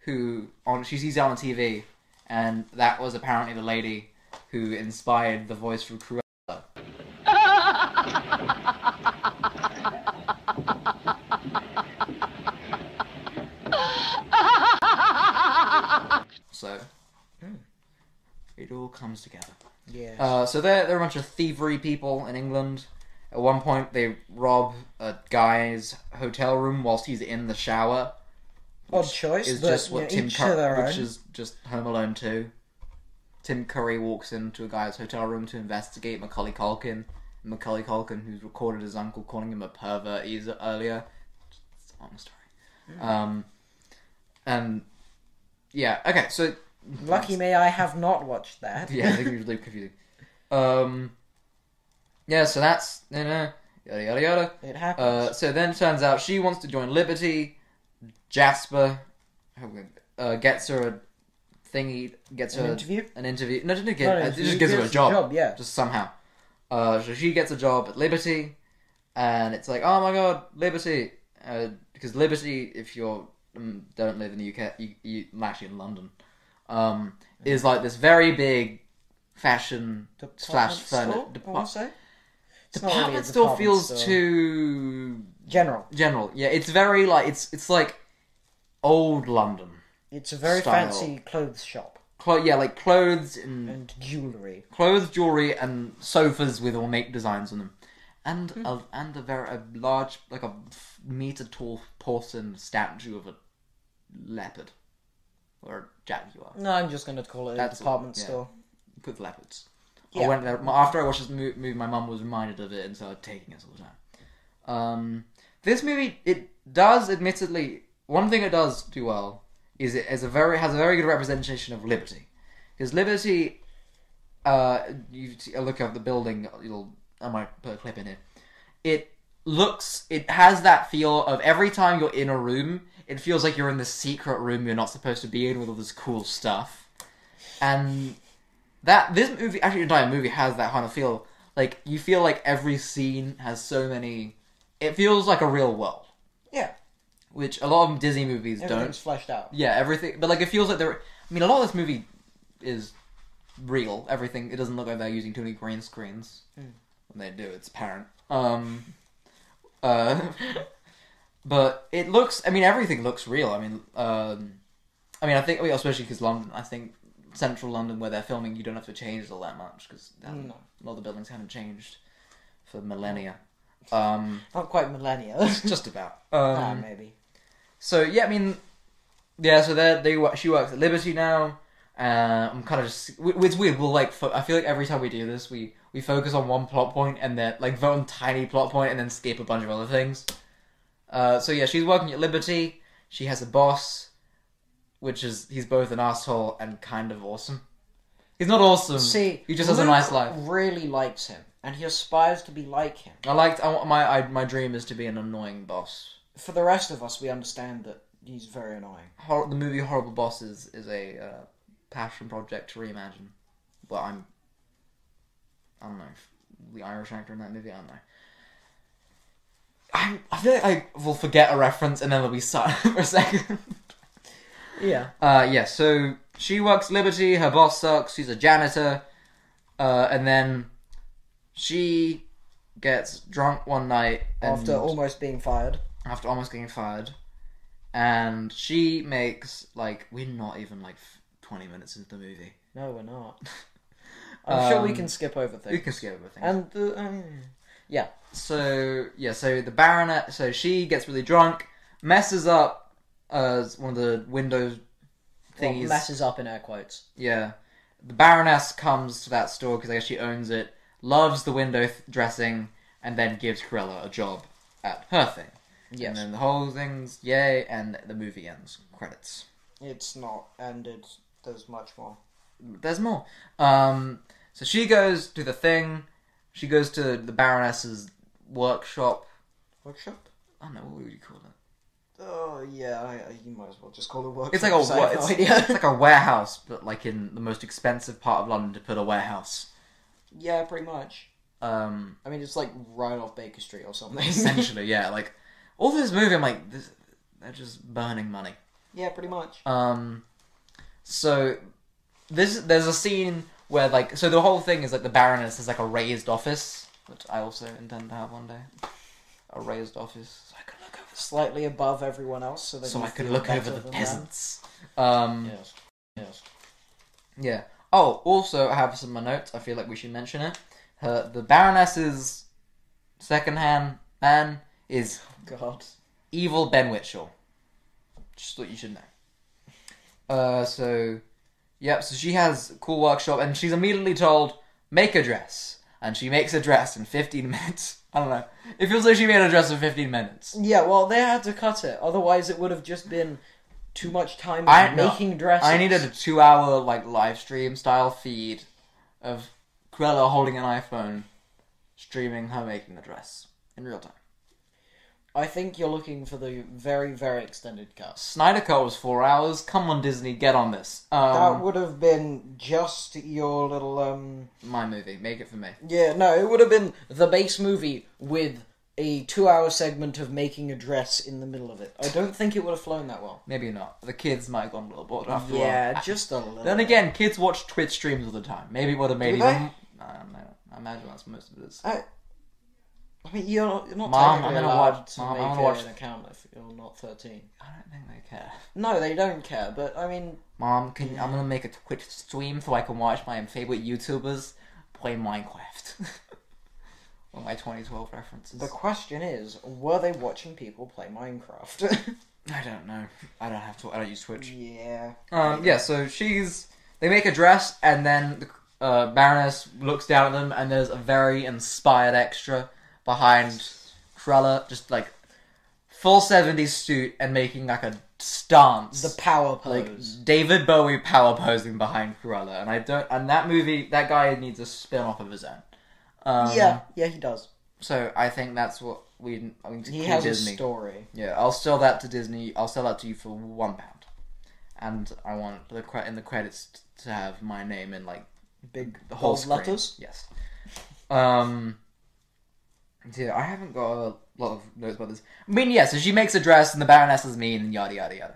Speaker 1: who on she sees it on TV, and that was apparently the lady who inspired the voice for Cruella. So hmm, it all comes together.
Speaker 2: Yeah.
Speaker 1: Uh, so they're, they're a bunch of thievery people in England. At one point, they rob a guy's hotel room whilst he's in the shower.
Speaker 2: Odd choice,
Speaker 1: Is
Speaker 2: but
Speaker 1: just what
Speaker 2: you know,
Speaker 1: Tim
Speaker 2: each to
Speaker 1: Curry,
Speaker 2: their
Speaker 1: which
Speaker 2: own.
Speaker 1: is just Home Alone too. Tim Curry walks into a guy's hotel room to investigate Macaulay Culkin. And Macaulay Culkin, who's recorded his uncle calling him a pervert eas- earlier. It's a long story.
Speaker 2: Hmm.
Speaker 1: Um, and yeah, okay, so
Speaker 2: Lucky me, I have not watched that.
Speaker 1: yeah, I think it was really confusing. Um, yeah, so that's you know, yada yada yada.
Speaker 2: it happens.
Speaker 1: Uh, so then it turns out she wants to join Liberty. Jasper uh, gets her a thingy, gets
Speaker 2: An
Speaker 1: her
Speaker 2: interview?
Speaker 1: an interview. No, didn't
Speaker 2: No,
Speaker 1: get.
Speaker 2: no,
Speaker 1: uh, it
Speaker 2: he
Speaker 1: just gives her a
Speaker 2: the
Speaker 1: job,
Speaker 2: yeah.
Speaker 1: just somehow. Uh, so she gets a job at Liberty, and it's like, oh my god, Liberty, uh, because Liberty, if you're um, don't live in the UK, you, you well, actually in London, um, is like this very big fashion
Speaker 2: Department
Speaker 1: slash
Speaker 2: store,
Speaker 1: furniture
Speaker 2: I wanna
Speaker 1: department.
Speaker 2: say. It's not really a
Speaker 1: Department store
Speaker 2: department
Speaker 1: feels
Speaker 2: store.
Speaker 1: too
Speaker 2: general.
Speaker 1: general. Yeah, it's very like it's it's like old London.
Speaker 2: It's a very
Speaker 1: style.
Speaker 2: fancy clothes shop
Speaker 1: Clo- yeah, like clothes and
Speaker 2: and jewelry.
Speaker 1: clothes, jewelry, and sofas with ornate designs on them, and a, and a very a large, like a f- meter tall porcelain statue of a leopard or a jaguar.
Speaker 2: No, I'm just going to call it a
Speaker 1: That's-
Speaker 2: department
Speaker 1: yeah.
Speaker 2: store.
Speaker 1: With leopards. I
Speaker 2: Yeah.
Speaker 1: went there my- after I watched this mo- movie. My mum was reminded of it and started taking us all the time. Um, this movie it does admittedly one thing it does do well is it has a very has a very good representation of liberty because liberty. Uh, you t- a look at the building. You'll I might put a clip in here. It looks it has that feel of every time you're in a room, it feels like you're in the secret room you're not supposed to be in with all this cool stuff, and that this movie actually the entire movie has that kind of feel like you feel like every scene has so many it feels like a real world
Speaker 2: Yeah,
Speaker 1: which a lot of disney movies
Speaker 2: everything's
Speaker 1: don't
Speaker 2: fleshed out.
Speaker 1: yeah everything but like it feels like there i mean a lot of this movie is real everything it doesn't look like they're using too many green screens when they do it's apparent um uh but it looks i mean everything looks real i mean um I mean, I think, well, especially because London, I think central London where they're filming, you don't have to change it all that much because
Speaker 2: No.
Speaker 1: a lot of the buildings haven't changed for millennia. Um,
Speaker 2: Not quite millennial.
Speaker 1: Hmm. just about.
Speaker 2: ah,
Speaker 1: Um,
Speaker 2: maybe.
Speaker 1: so yeah, I mean, yeah. So they they wo- she works at Liberty now. Uh, I'm kind of just we- it's weird. We'll like fo- I feel like every time we do this, we we focus on one plot point and then like vote on tiny plot point and then skip a bunch of other things. Uh, so yeah, she's working at Liberty. She has a boss, which is he's both an asshole and kind of awesome. He's not awesome.
Speaker 2: See,
Speaker 1: he just has a
Speaker 2: Luke
Speaker 1: nice life.
Speaker 2: Really likes him, and he aspires to be like him.
Speaker 1: I liked. I, want- my I, my dream is to be an annoying boss.
Speaker 2: For the rest of us, we understand that he's very annoying.
Speaker 1: Hor- the movie Horrible Bosses is a uh, passion project to reimagine. But I'm, I don't know, if the Irish actor in that movie. I don't know. I I feel like I will forget a reference and then there'll be silent for a second.
Speaker 2: Yeah.
Speaker 1: Uh, yeah. So she works Liberty. Her boss sucks. She's a janitor. Uh, and then she gets drunk one night and
Speaker 2: After almost being fired.
Speaker 1: after almost getting fired, and she makes like we're not even like f- twenty minutes into the movie.
Speaker 2: No, we're not. I'm sure we
Speaker 1: Um,
Speaker 2: can skip over things.
Speaker 1: We can skip everything.
Speaker 2: And the, um, yeah,
Speaker 1: so yeah, so the baronet, so she gets really drunk, messes up uh one of the windows
Speaker 2: well,
Speaker 1: thingies.
Speaker 2: messes up in air quotes.
Speaker 1: yeah, the baroness comes to that store because I guess she owns it, loves the window th- dressing, and then gives Cruella a job at her thing.
Speaker 2: Yes.
Speaker 1: And then the whole thing's yay, and the movie ends. Credits.
Speaker 2: It's not ended. There's much more.
Speaker 1: there's more. Um, so she goes to the thing. She goes to the Baroness's workshop.
Speaker 2: Workshop?
Speaker 1: I don't know what would you call it.
Speaker 2: Oh yeah, I, I- you might as well just call it workshop.
Speaker 1: It's like a
Speaker 2: so I
Speaker 1: wa-
Speaker 2: have no
Speaker 1: it's,
Speaker 2: idea.
Speaker 1: it's like a warehouse, but like in the most expensive part of London to put a warehouse.
Speaker 2: yeah, pretty much.
Speaker 1: Um,
Speaker 2: I mean, it's like right off Baker Street or something.
Speaker 1: essentially, yeah. Like all this movie, I'm like, this, they're just burning money.
Speaker 2: Yeah, pretty much.
Speaker 1: Um, so this there's a scene where like so the whole thing is like the Baroness is like a raised office, which I also intend to have one day. A raised office, so I can look over,
Speaker 2: Slightly above everyone else, so that
Speaker 1: so
Speaker 2: you
Speaker 1: I can
Speaker 2: feel
Speaker 1: look
Speaker 2: better
Speaker 1: over the
Speaker 2: than
Speaker 1: peasants. Um,
Speaker 2: them. Yes. Yes.
Speaker 1: yeah. Oh, also I have some of my notes. I feel like we should mention it. Her the Baroness's secondhand man is
Speaker 2: God.
Speaker 1: evil Ben Witchell. Just thought you should know. Uh, so, yep. So she has cool workshop, and she's immediately told make a dress, and she makes a dress in fifteen minutes. I don't know. It feels like she made a dress in fifteen minutes.
Speaker 2: Yeah, well, they had to cut it. Otherwise, it would have just been too much time
Speaker 1: I- no,
Speaker 2: making dresses.
Speaker 1: I needed a two-hour like live stream style feed of Cruella holding an iPhone, streaming her making the dress in real time.
Speaker 2: I think you're looking for the very, very extended cut.
Speaker 1: Snyder Cut was four hours. Come on, Disney, get on this. Um,
Speaker 2: that would have been just your little um.
Speaker 1: my movie, make it for me.
Speaker 2: Yeah, no, it would have been the base movie with a two-hour segment of making a dress in the middle of it. I don't think it would have flown that well.
Speaker 1: Maybe not. The kids might have gone a little bored after a while.
Speaker 2: Yeah, just a little.
Speaker 1: Then again, kids watch Twitch streams all the time. Maybe it would have made
Speaker 2: Do
Speaker 1: even.
Speaker 2: they?
Speaker 1: I don't know. I imagine that's most of it. Is.
Speaker 2: I, I mean, you're not, you're not
Speaker 1: Mom,
Speaker 2: technically
Speaker 1: I'm gonna
Speaker 2: allowed
Speaker 1: watch-
Speaker 2: to
Speaker 1: Mom, I'm
Speaker 2: make
Speaker 1: gonna watch-
Speaker 2: an account if you're not 13.
Speaker 1: I don't think they care.
Speaker 2: No, they don't care, but I mean,
Speaker 1: Mom, can I'm gonna make a Twitch stream so I can watch my favorite YouTubers play Minecraft. All my 2012 references.
Speaker 2: the question is, were they watching people play Minecraft?
Speaker 1: I don't know. I don't have to. I don't use Twitch.
Speaker 2: yeah.
Speaker 1: Um, yeah, so she's. They make a dress, and then the uh, Baroness looks down at them, and there's a very inspired extra behind Cruella, just like full 70s suit and making like a stance.
Speaker 2: The power
Speaker 1: like
Speaker 2: pose.
Speaker 1: David Bowie power posing behind Cruella, and I don't. And that movie, that guy needs a spin off of his own. Um,
Speaker 2: yeah, yeah, he does.
Speaker 1: So I think that's what we. I mean,
Speaker 2: He has
Speaker 1: Disney.
Speaker 2: a story.
Speaker 1: Yeah, I'll sell that to Disney. I'll sell that to you for one pound, and I want the cre- in the credits t- to have my name in like
Speaker 2: Big
Speaker 1: the whole
Speaker 2: bold
Speaker 1: screen.
Speaker 2: letters.
Speaker 1: Yes. Um. Yeah, I haven't got a lot of notes about this. I mean, yeah. So she makes a dress, and the Baroness is mean, and yada yada yada.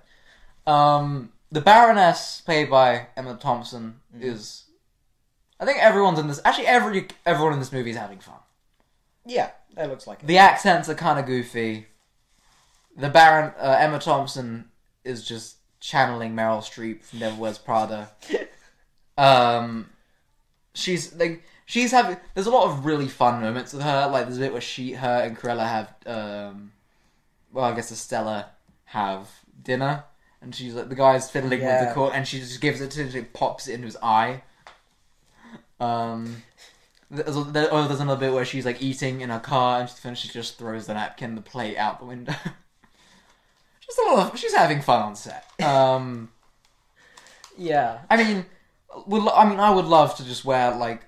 Speaker 1: Um, the Baroness, played by Emma Thompson, is. I think everyone's in this. Actually, every everyone in this movie is having fun.
Speaker 2: Yeah, that looks like it.
Speaker 1: The accents are kind of goofy. The Baron uh, Emma Thompson is just channeling Meryl Streep from Never Wears Prada. Um, she's like she's having. There's a lot of really fun moments with her. Like there's a bit where she, her, and Corella have. Um, well, I guess Estella have dinner, and she's like the guy's fiddling with
Speaker 2: Yeah.
Speaker 1: the court, and she just gives it to him, she pops it into his eye. Um, there's, a- there, oh, there's another bit where she's like eating in her car, and she's finished, she just throws the napkin, the plate out the window. Just a lot of, she's having fun on set. Um,
Speaker 2: Yeah.
Speaker 1: I mean, would, I mean, I would love to just wear like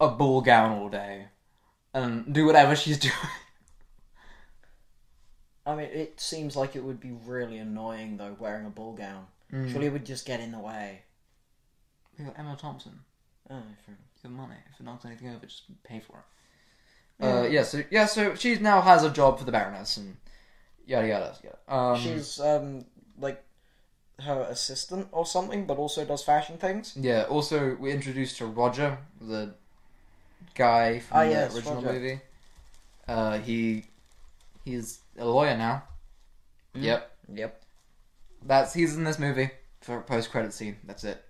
Speaker 1: a ball gown all day and do whatever she's doing.
Speaker 2: I mean, it seems like it would be really annoying, though, wearing a ball gown.
Speaker 1: Hmm.
Speaker 2: Surely it would just get in the way.
Speaker 1: We got Emma Thompson.
Speaker 2: Oh, fair enough.
Speaker 1: Give her money. If it knocks anything over, just pay for it. Uh, yeah. So yeah. So she now has a job for the Baroness and yada yada yada. Um,
Speaker 2: She's, um, like, her assistant or something, but also does fashion things.
Speaker 1: yeah. Also, we introduced to Roger, the guy from
Speaker 2: Ah,
Speaker 1: the
Speaker 2: yes,
Speaker 1: original
Speaker 2: Roger.
Speaker 1: movie. Uh, he he's a lawyer now.
Speaker 2: Mm.
Speaker 1: Yep.
Speaker 2: Yep.
Speaker 1: That's he's in this movie for a post credit scene. That's it.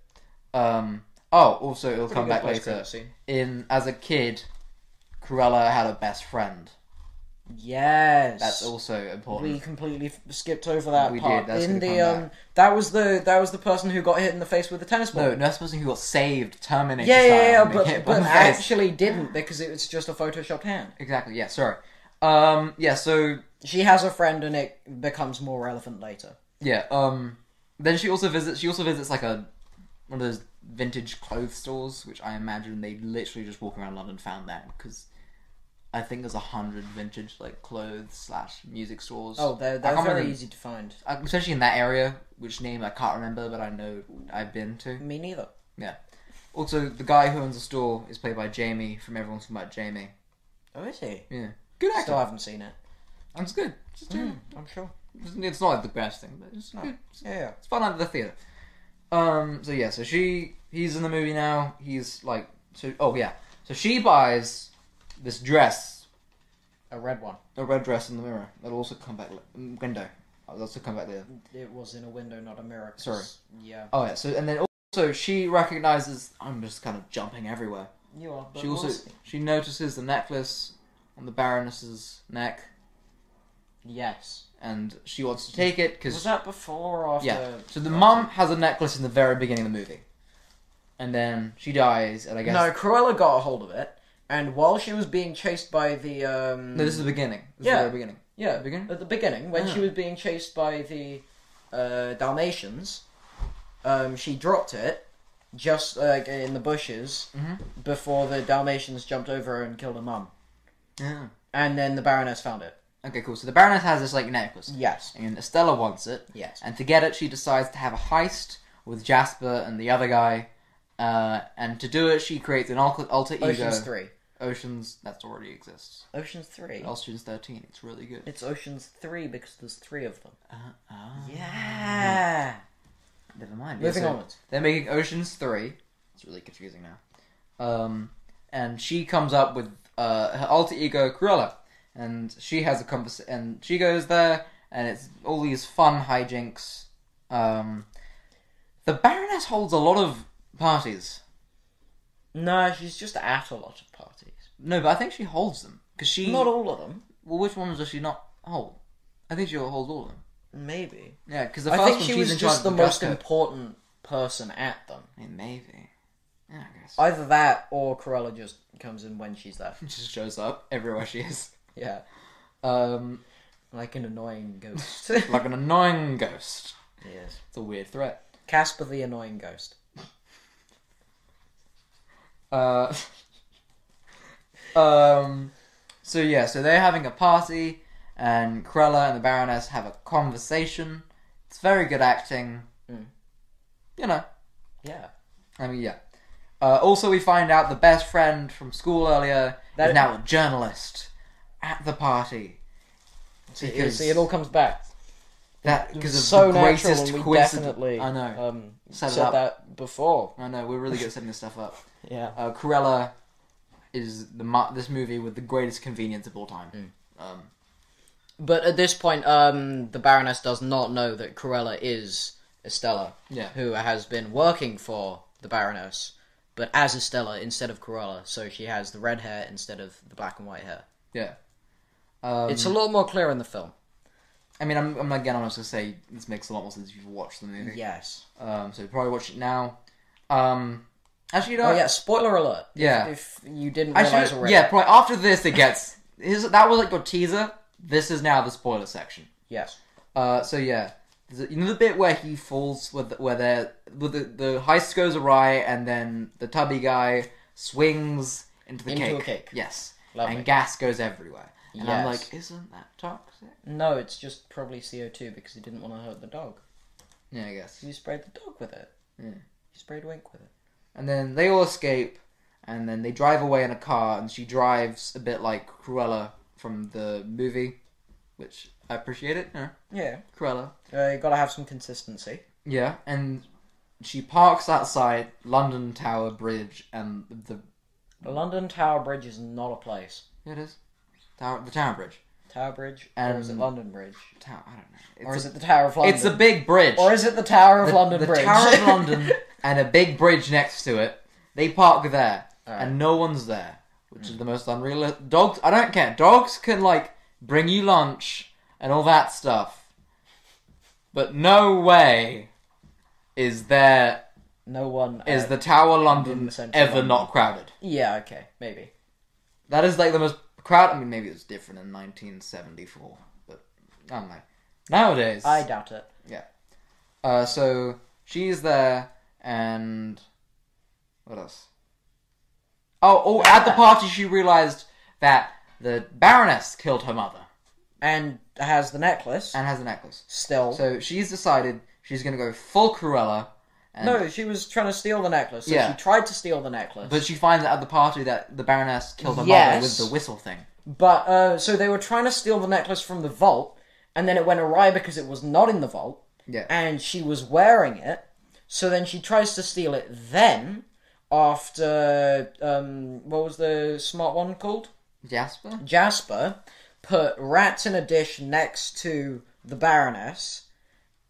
Speaker 1: Um. Oh, also it'll come back later. In as a kid, Cruella had a best friend.
Speaker 2: Yes.
Speaker 1: That's also important.
Speaker 2: We completely f- skipped over that
Speaker 1: We
Speaker 2: part.
Speaker 1: did, that's
Speaker 2: in
Speaker 1: gonna
Speaker 2: the
Speaker 1: come
Speaker 2: um, that was the that was the person who got hit in the face with a tennis ball.
Speaker 1: No, that's the person who got saved, Terminator.
Speaker 2: yeah,
Speaker 1: style,
Speaker 2: yeah, yeah,
Speaker 1: and they hit
Speaker 2: but
Speaker 1: by
Speaker 2: but
Speaker 1: the face.
Speaker 2: actually didn't because it was just a photoshopped hand.
Speaker 1: exactly. Yeah, sorry. Um, yeah. So
Speaker 2: She has a friend, and it becomes more relevant later.
Speaker 1: yeah. Um, then she also visits. She also visits like a one of those vintage clothes stores, which I imagine they literally just walk around London found that because I think there's a hundred vintage like clothes slash music stores.
Speaker 2: Oh, they're,
Speaker 1: I
Speaker 2: they're
Speaker 1: can't
Speaker 2: very
Speaker 1: remember-
Speaker 2: easy to find.
Speaker 1: uh, especially in that area, which name I can't remember, but I know I've been to.
Speaker 2: Me neither.
Speaker 1: Yeah. Also, the guy who owns the store is played by Jamie from Everyone's Talking About Jamie.
Speaker 2: Oh, is he?
Speaker 1: Yeah. Good actor.
Speaker 2: Still haven't seen it.
Speaker 1: That's good. Just Jamie.
Speaker 2: I'm sure.
Speaker 1: It's not like the best thing, but it's,
Speaker 2: Mm. No.
Speaker 1: good.
Speaker 2: Yeah.
Speaker 1: it's fun out of the theater. Um. So yeah. So she he's in the movie now. He's like so. Oh yeah. So she buys this dress,
Speaker 2: A red one.
Speaker 1: a red dress in the mirror. That'll also come back. l- Window. That'll also come back later.
Speaker 2: It was in a window, not a mirror. 'cause-
Speaker 1: Sorry.
Speaker 2: Yeah.
Speaker 1: Oh yeah. So and then also she recognizes. I'm just kind of jumping everywhere.
Speaker 2: You are. But
Speaker 1: She also
Speaker 2: honestly-
Speaker 1: she notices the necklace on the Baroness's neck,
Speaker 2: Yes.
Speaker 1: and she wants to take it
Speaker 2: Was
Speaker 1: because
Speaker 2: that before or after?
Speaker 1: yeah. So the mum has a necklace in the very beginning of the movie, and then she dies, and I guess
Speaker 2: No, Cruella got a hold of it, and while she was being chased by the um,
Speaker 1: No, this is the beginning. This
Speaker 2: Yeah.
Speaker 1: is the very beginning.
Speaker 2: yeah
Speaker 1: the beginning? Ah.
Speaker 2: at the beginning when she
Speaker 1: Yeah.
Speaker 2: was being chased by the uh, Dalmatians, um, she dropped it just like in the bushes
Speaker 1: Mhm.
Speaker 2: before the Dalmatians jumped over her and killed her mum,
Speaker 1: Yeah.
Speaker 2: and then the Baroness found it.
Speaker 1: Ah. Okay, cool. So the Baroness has this like necklace,
Speaker 2: Yes,
Speaker 1: and Estella wants it,
Speaker 2: yes,
Speaker 1: and to get it, she decides to have a heist with Jasper and the other guy. Uh, and to do it, she creates an al- alter ego.
Speaker 2: Ocean's Three.
Speaker 1: Oceans that's already exists.
Speaker 2: Ocean's Three.
Speaker 1: Oceans thirteen. It's really good.
Speaker 2: It's Ocean's Three because there's three of them.
Speaker 1: Uh, ah.
Speaker 2: Yeah.
Speaker 1: Never mind.
Speaker 2: Moving
Speaker 1: Yeah, so
Speaker 2: onwards.
Speaker 1: They're making Oceans 3. It's really confusing now. Um, and she comes up with uh, her alter ego, Cruella. And she has a convers- and she goes there, and it's all these fun hijinks. Um, the Baroness holds a lot of parties.
Speaker 2: No, she's just at a lot of parties.
Speaker 1: No, but I think she holds them. Because she.
Speaker 2: Not all of them.
Speaker 1: well, which ones does she not hold? I think she holds all of them.
Speaker 2: Maybe.
Speaker 1: Yeah, because the
Speaker 2: I
Speaker 1: first
Speaker 2: think
Speaker 1: one
Speaker 2: she
Speaker 1: she's
Speaker 2: was
Speaker 1: in charge
Speaker 2: just the
Speaker 1: of
Speaker 2: most
Speaker 1: dress code.
Speaker 2: important person at them.
Speaker 1: I mean, maybe. Yeah, I guess.
Speaker 2: Either that or Corella just comes in when she's there.
Speaker 1: She just shows up everywhere she is.
Speaker 2: Yeah.
Speaker 1: Um,
Speaker 2: Like an annoying ghost.
Speaker 1: like an annoying ghost.
Speaker 2: yes.
Speaker 1: It's a weird threat.
Speaker 2: Casper the annoying ghost.
Speaker 1: Uh, um, so yeah, so they're having a party, and Cruella and the Baroness have a conversation. It's very good acting.
Speaker 2: Mm.
Speaker 1: You know,
Speaker 2: Yeah.
Speaker 1: I mean, yeah. Uh, also, we find out the best friend from school earlier
Speaker 2: That-
Speaker 1: is now a journalist at the party.
Speaker 2: See,
Speaker 1: Because-
Speaker 2: see, it all comes back.
Speaker 1: That
Speaker 2: It
Speaker 1: because
Speaker 2: was
Speaker 1: of
Speaker 2: so
Speaker 1: the
Speaker 2: natural,
Speaker 1: greatest
Speaker 2: and we
Speaker 1: coincidence.
Speaker 2: definitely
Speaker 1: I know.
Speaker 2: um,
Speaker 1: Set
Speaker 2: said,
Speaker 1: it up.
Speaker 2: that before.
Speaker 1: I know. We're really good at setting this stuff up.
Speaker 2: Yeah.
Speaker 1: uh, Cruella is the mo- this movie with the greatest convenience of all time.
Speaker 2: Mm.
Speaker 1: Um,
Speaker 2: But at this point, um, the Baroness does not know that Corella is Estella,
Speaker 1: Yeah.
Speaker 2: who has been working for the Baroness, but as Estella instead of Corella, so she has the red hair instead of the black and white hair.
Speaker 1: yeah. Um,
Speaker 2: It's a lot more clear in the film.
Speaker 1: I mean, I'm, I'm again, I'm just gonna say this makes a lot more sense if you've watched the movie.
Speaker 2: Yes.
Speaker 1: Um, so probably watch it now. Um, actually, you know,
Speaker 2: Oh
Speaker 1: what?
Speaker 2: yeah. Spoiler alert. If-
Speaker 1: Yeah.
Speaker 2: If, you didn't
Speaker 1: I
Speaker 2: realize
Speaker 1: should-
Speaker 2: already.
Speaker 1: yeah, probably after this, it gets. Here's, that was like your teaser. This is now the spoiler section.
Speaker 2: Yes.
Speaker 1: Uh, so yeah, There's a- you know the bit where he falls with where they're with the, the heist goes awry, and then the tubby guy swings into the
Speaker 2: Into
Speaker 1: cake.
Speaker 2: a cake.
Speaker 1: Yes,
Speaker 2: Lovely.
Speaker 1: and gas goes everywhere. And I'm
Speaker 2: Yes.
Speaker 1: like, isn't that toxic?
Speaker 2: No, it's just probably CO two because he didn't want to hurt the dog.
Speaker 1: Yeah, I guess.
Speaker 2: He sprayed the dog with it.
Speaker 1: Yeah.
Speaker 2: He sprayed Wink with it.
Speaker 1: And then they all escape, and then they drive away in a car, and she drives a bit like Cruella from the movie, which I appreciate it. Yeah,
Speaker 2: Yeah.
Speaker 1: Cruella.
Speaker 2: Uh, you gotta have some consistency.
Speaker 1: Yeah, and she parks outside London Tower Bridge, and the
Speaker 2: The London Tower Bridge is not a place.
Speaker 1: Yeah, it is. Tower, the Tower Bridge.
Speaker 2: Tower Bridge, or is it
Speaker 1: Um,
Speaker 2: London Bridge,
Speaker 1: Tower, I don't know.
Speaker 2: or
Speaker 1: It's
Speaker 2: is it the Tower of
Speaker 1: a,
Speaker 2: London?
Speaker 1: it's a big bridge.
Speaker 2: or is it the Tower of
Speaker 1: the,
Speaker 2: London
Speaker 1: the
Speaker 2: Bridge?
Speaker 1: Tower of London and a big bridge next to it. They park there,
Speaker 2: Alright.
Speaker 1: and no one's there, which
Speaker 2: Hmm.
Speaker 1: is the most unreal. Dogs, I don't care. Dogs can like bring you lunch and all that stuff, but no way is there
Speaker 2: no one
Speaker 1: is
Speaker 2: uh,
Speaker 1: the Tower of London
Speaker 2: Central
Speaker 1: ever
Speaker 2: London.
Speaker 1: not crowded.
Speaker 2: Yeah, okay, maybe.
Speaker 1: That is like the most crowd. I mean, maybe it was different in 1974, but I don't know. Nowadays,
Speaker 2: I doubt it.
Speaker 1: Uh, so she's there, and what else? Oh, oh! At the party, she realized that the Baroness killed her mother
Speaker 2: And has the necklace
Speaker 1: and has a necklace.
Speaker 2: still?
Speaker 1: So she's decided she's gonna go full Cruella. And,
Speaker 2: no, she was trying to steal the necklace. So
Speaker 1: Yeah.
Speaker 2: she tried to steal the necklace.
Speaker 1: but she finds out at the party that the Baroness killed her mother
Speaker 2: Yes.
Speaker 1: with the whistle thing.
Speaker 2: But uh, so they were trying to steal the necklace from the vault, and then it went awry because it was not in the vault
Speaker 1: Yeah.
Speaker 2: and she was wearing it. So then she tries to steal it. Then after um, what was the smart one called?
Speaker 1: Jasper?
Speaker 2: Jasper put rats in a dish next to the Baroness,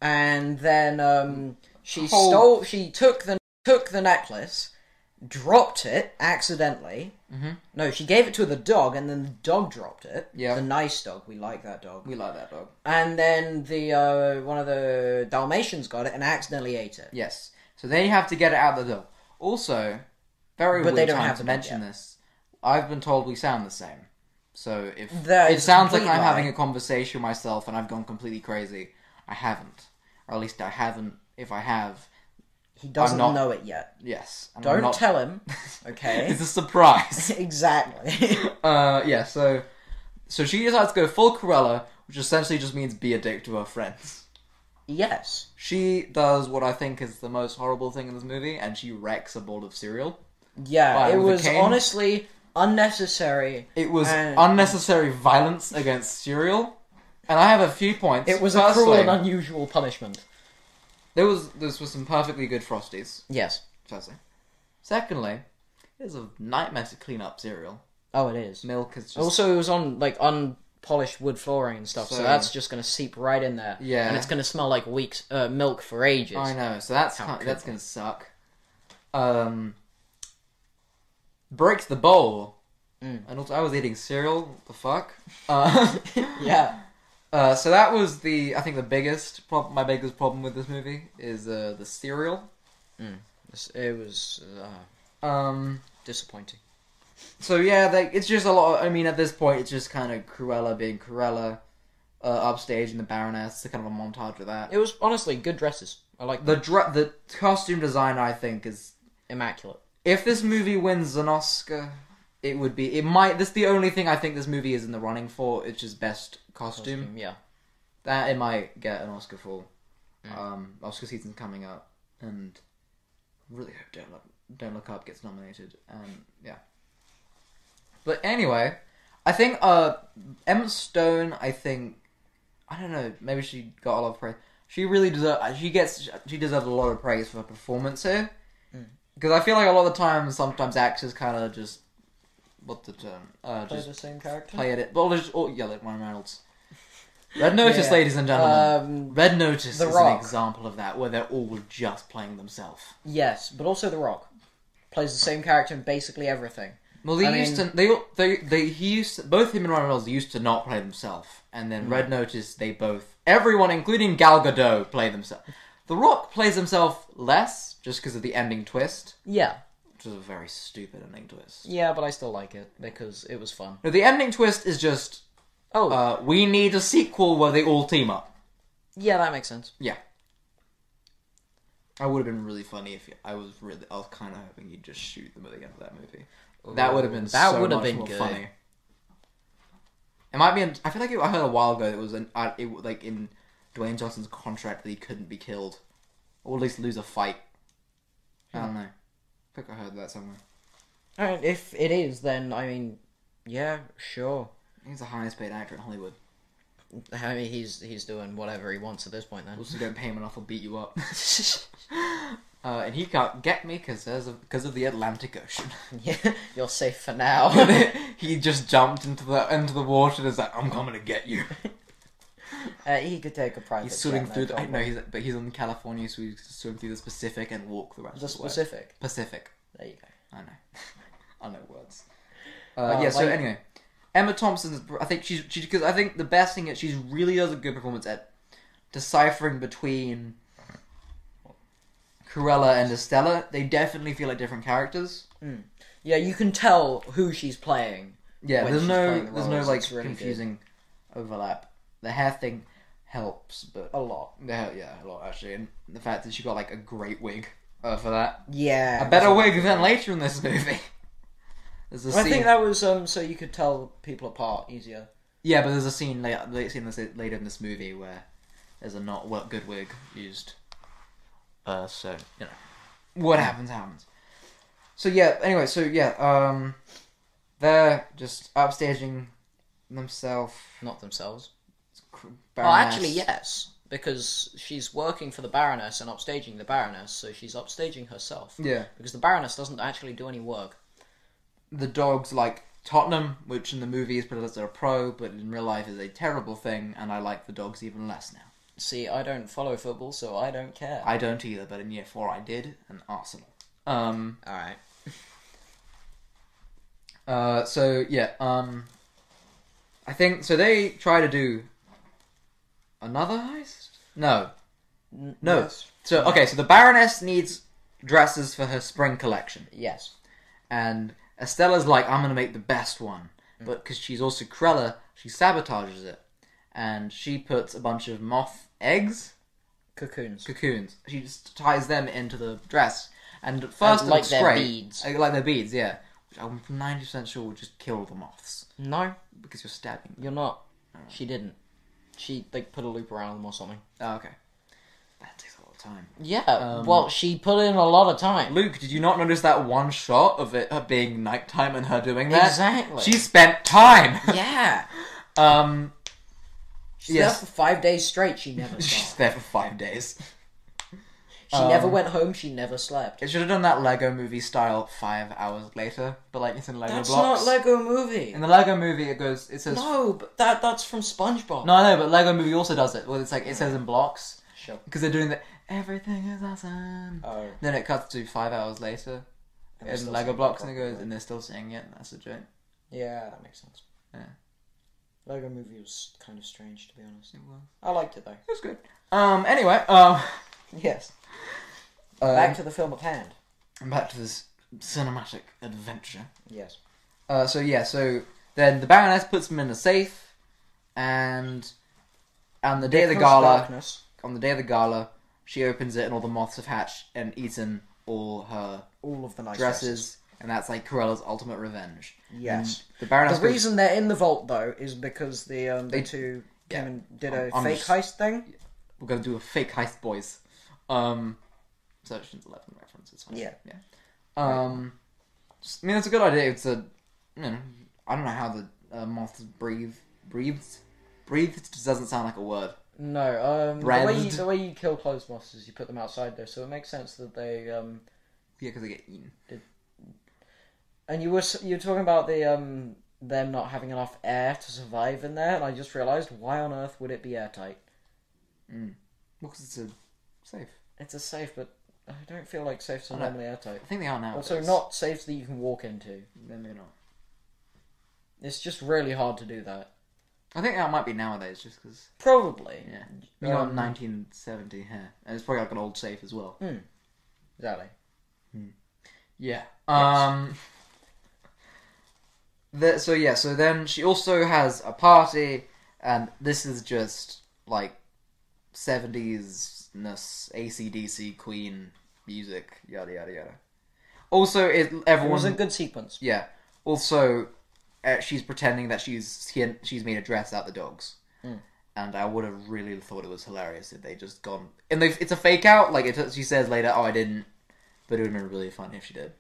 Speaker 2: and then um, she
Speaker 1: Hold.
Speaker 2: stole. She took the took the necklace, dropped it accidentally. Mm-hmm. No, she gave it to the dog, and then the dog dropped it.
Speaker 1: Yeah.
Speaker 2: the nice dog. We like that dog.
Speaker 1: We like that dog.
Speaker 2: And then the uh, one of the Dalmatians got it and accidentally ate it.
Speaker 1: Yes. So they have to get it out the door. Also, very
Speaker 2: But
Speaker 1: weird
Speaker 2: they don't
Speaker 1: time
Speaker 2: have
Speaker 1: to
Speaker 2: the
Speaker 1: mention
Speaker 2: dog
Speaker 1: this. I've been told we sound the same. So if
Speaker 2: That
Speaker 1: it
Speaker 2: is a
Speaker 1: sounds like I'm
Speaker 2: complete lie.
Speaker 1: having a conversation myself and I've gone completely crazy, I haven't. Or at least I haven't. If I have,
Speaker 2: He doesn't
Speaker 1: not-
Speaker 2: know it yet.
Speaker 1: yes. And I'm
Speaker 2: Don't
Speaker 1: not-
Speaker 2: tell him. Okay.
Speaker 1: it's a surprise.
Speaker 2: exactly.
Speaker 1: uh, yeah. So, so she decides to go full Corella, which essentially just means be a dick to her friends.
Speaker 2: yes.
Speaker 1: She does what I think is the most horrible thing in this movie, and she wrecks a bowl of cereal.
Speaker 2: Yeah,
Speaker 1: Why,
Speaker 2: it
Speaker 1: with a
Speaker 2: was
Speaker 1: cane?
Speaker 2: honestly unnecessary.
Speaker 1: It was
Speaker 2: And-
Speaker 1: unnecessary violence against cereal, and I have a few points.
Speaker 2: It was a cruel
Speaker 1: Firstly,
Speaker 2: and unusual punishment.
Speaker 1: there was this was some perfectly good frosties.
Speaker 2: Yes.
Speaker 1: Firstly, secondly, it is a nightmare to clean up cereal.
Speaker 2: Oh, it is.
Speaker 1: Milk is just
Speaker 2: Also, it was on like unpolished wood flooring and stuff, so,
Speaker 1: So-
Speaker 2: that's just gonna seep right in there.
Speaker 1: Yeah.
Speaker 2: and it's gonna smell like weeks uh, milk for ages.
Speaker 1: I know, so that's
Speaker 2: How
Speaker 1: kind
Speaker 2: could
Speaker 1: that's gonna suck. Um, breaks the bowl,
Speaker 2: Mm.
Speaker 1: and also I was eating cereal. What the fuck? Uh,
Speaker 2: Yeah,
Speaker 1: uh, so that was the I think the biggest problem. My biggest problem with this movie is uh, the cereal.
Speaker 2: It's- it was uh,
Speaker 1: Um,
Speaker 2: disappointing.
Speaker 1: so yeah, like it's just a lot. Of, I mean, at this point, it's just kind of Cruella being Cruella, uh, upstage and the Baroness. Kind of a montage of that.
Speaker 2: It was honestly good dresses. I like
Speaker 1: The dr- the costume design, I think, is
Speaker 2: immaculate.
Speaker 1: if this movie wins an Oscar, it would be. It might. This the only thing I think this movie is in the running for, which is best costume.
Speaker 2: costume, Yeah.
Speaker 1: That it might get an Oscar for. Um, Oscar season's coming up, and really hope Don't Look, Don't Look Up gets nominated. Um, yeah. But anyway, I think uh, Emma Stone. I think I don't know. Maybe she got a lot of praise. She really deserves. She gets. She deserves a lot of praise for her performance here. Because I feel like a lot of the time, sometimes actors kind of just what's the term? Uh, just
Speaker 2: the same character.
Speaker 1: play at it. Well, just oh, or, yeah, like Ryan Reynolds. Red Notice,
Speaker 2: Yeah.
Speaker 1: ladies and gentlemen.
Speaker 2: Um,
Speaker 1: Red Notice
Speaker 2: The
Speaker 1: is an
Speaker 2: Rock.
Speaker 1: example of that, where they're all just playing themselves.
Speaker 2: yes, but also The Rock plays the same character in basically everything.
Speaker 1: Well, they
Speaker 2: I
Speaker 1: used
Speaker 2: mean-
Speaker 1: to they all- they they he used to- both him and Ryan Reynolds used to not play themselves, and then
Speaker 2: Hmm.
Speaker 1: Red Notice they both everyone, including Gal Gadot, play themselves. The Rock plays himself less just because of the ending twist,
Speaker 2: Yeah,
Speaker 1: which is a very stupid ending twist.
Speaker 2: yeah, but I still like it because it was fun.
Speaker 1: No, the ending twist is just
Speaker 2: Oh,
Speaker 1: uh, we need a sequel where they all team up.
Speaker 2: yeah, that makes sense.
Speaker 1: Yeah. I would have been really funny if I was really. I was kind of hoping you'd just shoot them at the end of that movie. that would have been
Speaker 2: that
Speaker 1: so
Speaker 2: would have
Speaker 1: much
Speaker 2: been
Speaker 1: more
Speaker 2: good.
Speaker 1: funny. It might be. In, I feel like it, I heard a while ago that it was an uh, it, was, like in Dwayne Johnson's contract that he couldn't be killed, or at least lose a fight. I
Speaker 2: Hmm.
Speaker 1: don't know. I think I heard that somewhere.
Speaker 2: And if it is, then I mean, yeah, sure.
Speaker 1: He's the highest paid actor in Hollywood.
Speaker 2: I mean, he's he's doing whatever he wants at this point. Then
Speaker 1: Also, don't pay him enough, he'll beat you up. Uh, and he can't get me because of the Atlantic Ocean.
Speaker 2: yeah, you're safe for now.
Speaker 1: he just jumped into the into the water and is like, "I'm coming to get you."
Speaker 2: uh, he could take a private.
Speaker 1: He's swimming
Speaker 2: jet, no
Speaker 1: through. The, I
Speaker 2: problem.
Speaker 1: know he's but he's in California, so he's swim through the Pacific and walk the rest
Speaker 2: the
Speaker 1: of the way.
Speaker 2: specific.
Speaker 1: Pacific.
Speaker 2: There you go.
Speaker 1: I know. I know words. Uh, yeah. so
Speaker 2: like-
Speaker 1: anyway, Emma Thompson's. I think she's she because I think the best thing is she really does a good performance at deciphering between Cruella and Estella. They definitely feel like different characters.
Speaker 2: Yeah, you can tell who she's playing.
Speaker 1: Yeah,
Speaker 2: when
Speaker 1: there's
Speaker 2: she's
Speaker 1: no
Speaker 2: playing the
Speaker 1: there's no
Speaker 2: roles,
Speaker 1: like
Speaker 2: it's really good.
Speaker 1: confusing overlap. The hair thing helps, but
Speaker 2: a lot.
Speaker 1: the hair, yeah, a lot actually, and the fact that she got like a great wig uh, for that,
Speaker 2: Yeah,
Speaker 1: a better wig than later in this movie. there's a
Speaker 2: I
Speaker 1: scene,
Speaker 2: think that was um, so you could tell people apart easier.
Speaker 1: yeah, but there's a scene later, later, scene this- later in this movie where there's a not well, good wig used. Uh, so you know, what
Speaker 2: Hmm.
Speaker 1: happens happens. So yeah, anyway, so yeah, um, they're just upstaging themselves.
Speaker 2: Not themselves. Well, Oh, actually, yes, because she's working for the Baroness and upstaging the Baroness, so she's upstaging herself.
Speaker 1: Yeah.
Speaker 2: Because the Baroness doesn't actually do any work.
Speaker 1: the dogs like Tottenham, which in the movie is put as a pro, but in real life is a terrible thing, and I like the dogs even less now.
Speaker 2: See, I don't follow football, so I don't care.
Speaker 1: I don't either, but in year four I did, and Arsenal. Um,
Speaker 2: All right.
Speaker 1: uh, so yeah, um, I think so. They try to do another heist. No, no.
Speaker 2: Yes.
Speaker 1: So okay, so the Baroness needs dresses for her spring collection.
Speaker 2: Yes.
Speaker 1: and Estella's like, I'm gonna make the best one,
Speaker 2: Mm.
Speaker 1: but because she's also Krella, she sabotages it, and she puts a bunch of moth eggs,
Speaker 2: Cocoons.
Speaker 1: cocoons. She just ties them into the dress, and at first
Speaker 2: And
Speaker 1: it
Speaker 2: like
Speaker 1: looks
Speaker 2: their
Speaker 1: great,
Speaker 2: beads.
Speaker 1: Uh, like their beads, yeah. Which I'm 90 percent sure will just kill the moths
Speaker 2: No,
Speaker 1: because you're stabbing. them.
Speaker 2: you're not. She didn't. She like put a loop around them or something.
Speaker 1: Oh, okay, that takes a lot of time.
Speaker 2: Yeah. well, she put in a lot of time.
Speaker 1: Luke, did you not notice that one shot of it her being nighttime and her doing that?
Speaker 2: Exactly.
Speaker 1: She spent time.
Speaker 2: yeah.
Speaker 1: um.
Speaker 2: She's
Speaker 1: Yes.
Speaker 2: there for five days straight. She never
Speaker 1: She's
Speaker 2: stopped.
Speaker 1: there for five days.
Speaker 2: she never went home. She never slept.
Speaker 1: It should have done that Lego movie style five hours later, but like it's in Lego
Speaker 2: That's
Speaker 1: blocks.
Speaker 2: not Lego Movie.
Speaker 1: in the Lego movie, it goes, it says. No,
Speaker 2: No, but that that's from SpongeBob.
Speaker 1: no, but Lego movie also does it. Well, it's like, it says in blocks.
Speaker 2: Sure.
Speaker 1: Because they're doing the. Everything is awesome.
Speaker 2: Oh.
Speaker 1: Then it cuts to five hours later
Speaker 2: they're
Speaker 1: in
Speaker 2: still
Speaker 1: Lego
Speaker 2: singing
Speaker 1: blocks,
Speaker 2: the
Speaker 1: and it goes, and they're still singing it, and that's a joke.
Speaker 2: Yeah, that makes sense.
Speaker 1: Yeah.
Speaker 2: Lego Movie was kind of strange, to be honest.
Speaker 1: It was.
Speaker 2: I liked it though.
Speaker 1: It was good. Um, anyway, um.
Speaker 2: Yes.
Speaker 1: um,
Speaker 2: Back to the film at hand.
Speaker 1: back to this cinematic adventure.
Speaker 2: Yes.
Speaker 1: Uh, so yeah, so then the Baroness puts them in a safe, and on the day of the gala,
Speaker 2: Darkness.
Speaker 1: on the day of the gala, she opens it and all the moths have hatched and eaten all her
Speaker 2: All of the nice dresses.
Speaker 1: dresses, and that's like Corella's ultimate revenge.
Speaker 2: Yes.
Speaker 1: The Baroness.
Speaker 2: The
Speaker 1: goes-
Speaker 2: reason they're in the vault though is because the um, the two
Speaker 1: yeah.
Speaker 2: came and did a
Speaker 1: I'm- I'm
Speaker 2: fake
Speaker 1: just-
Speaker 2: heist thing.
Speaker 1: we're gonna do a fake heist, boys. Um, Searching's Eleven reference. It's fine.
Speaker 2: Yeah.
Speaker 1: yeah. Um, just- I mean, it's a good idea. It's a, you know, I don't know how the uh, moths breathe, breathes, breathed doesn't sound like a word.
Speaker 2: No, um, the way, you,
Speaker 1: Breathed.
Speaker 2: the way you kill closed moths is you put them outside though, so it makes sense that they um,
Speaker 1: Yeah, because they get eaten.
Speaker 2: And you were s- you were talking about the um them not having enough air to survive in there, and I just realised why on earth would it be airtight?
Speaker 1: Because it's a safe.
Speaker 2: It's a safe, but I don't feel like safes are
Speaker 1: know.
Speaker 2: normally airtight.
Speaker 1: I think they are now.
Speaker 2: Also, not safes that you can walk into.
Speaker 1: Maybe not.
Speaker 2: It's just really hard to do that.
Speaker 1: I think that might be nowadays, just because.
Speaker 2: Probably.
Speaker 1: Yeah. You got
Speaker 2: Um,
Speaker 1: 1970 here, and it's probably like an old safe as well.
Speaker 2: Exactly.
Speaker 1: Yeah. Um. The, so yeah, so then she also has a party, and this is just like 70s ness ACDC Queen music, yada yada yada. Also, it
Speaker 2: It
Speaker 1: everyone
Speaker 2: was a good sequence.
Speaker 1: Yeah. Also, uh, she's pretending that she's she, she's made a dress out the dogs, and I would have really thought it was hilarious if they just gone. And they, it's a fake out. Like it, she says later, "Oh, I didn't," but it would have been really funny if she did.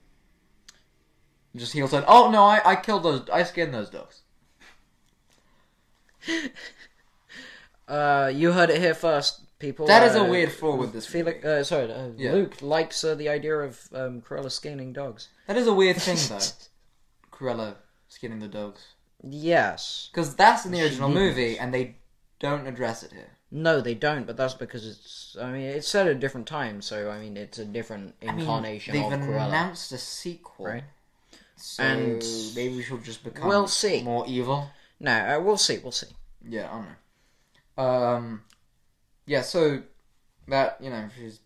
Speaker 1: Just heel turn. Oh no, I, I killed those. I skinned those dogs.
Speaker 2: Uh, you heard it here first, people.
Speaker 1: That is
Speaker 2: Uh,
Speaker 1: a weird flaw with this.
Speaker 2: Felix,
Speaker 1: movie.
Speaker 2: uh, sorry, uh,
Speaker 1: Yeah.
Speaker 2: Luke likes uh, the idea of um, Cruella scanning dogs.
Speaker 1: That is a weird thing though. Cruella skinning the dogs
Speaker 2: Yes.
Speaker 1: because that's in the
Speaker 2: She
Speaker 1: original
Speaker 2: didn't.
Speaker 1: movie, and they don't address it here.
Speaker 2: No, they don't, but that's because it's. I mean, it's set at a different time, so I mean, it's a different
Speaker 1: I mean,
Speaker 2: incarnation
Speaker 1: they've
Speaker 2: of Cruella.
Speaker 1: announced a sequel,
Speaker 2: Right.
Speaker 1: So
Speaker 2: And-
Speaker 1: maybe she'll just become
Speaker 2: We'll see.
Speaker 1: more evil.
Speaker 2: no, uh, we'll see. We'll see.
Speaker 1: Yeah, I don't know. Um, yeah, so that you know she's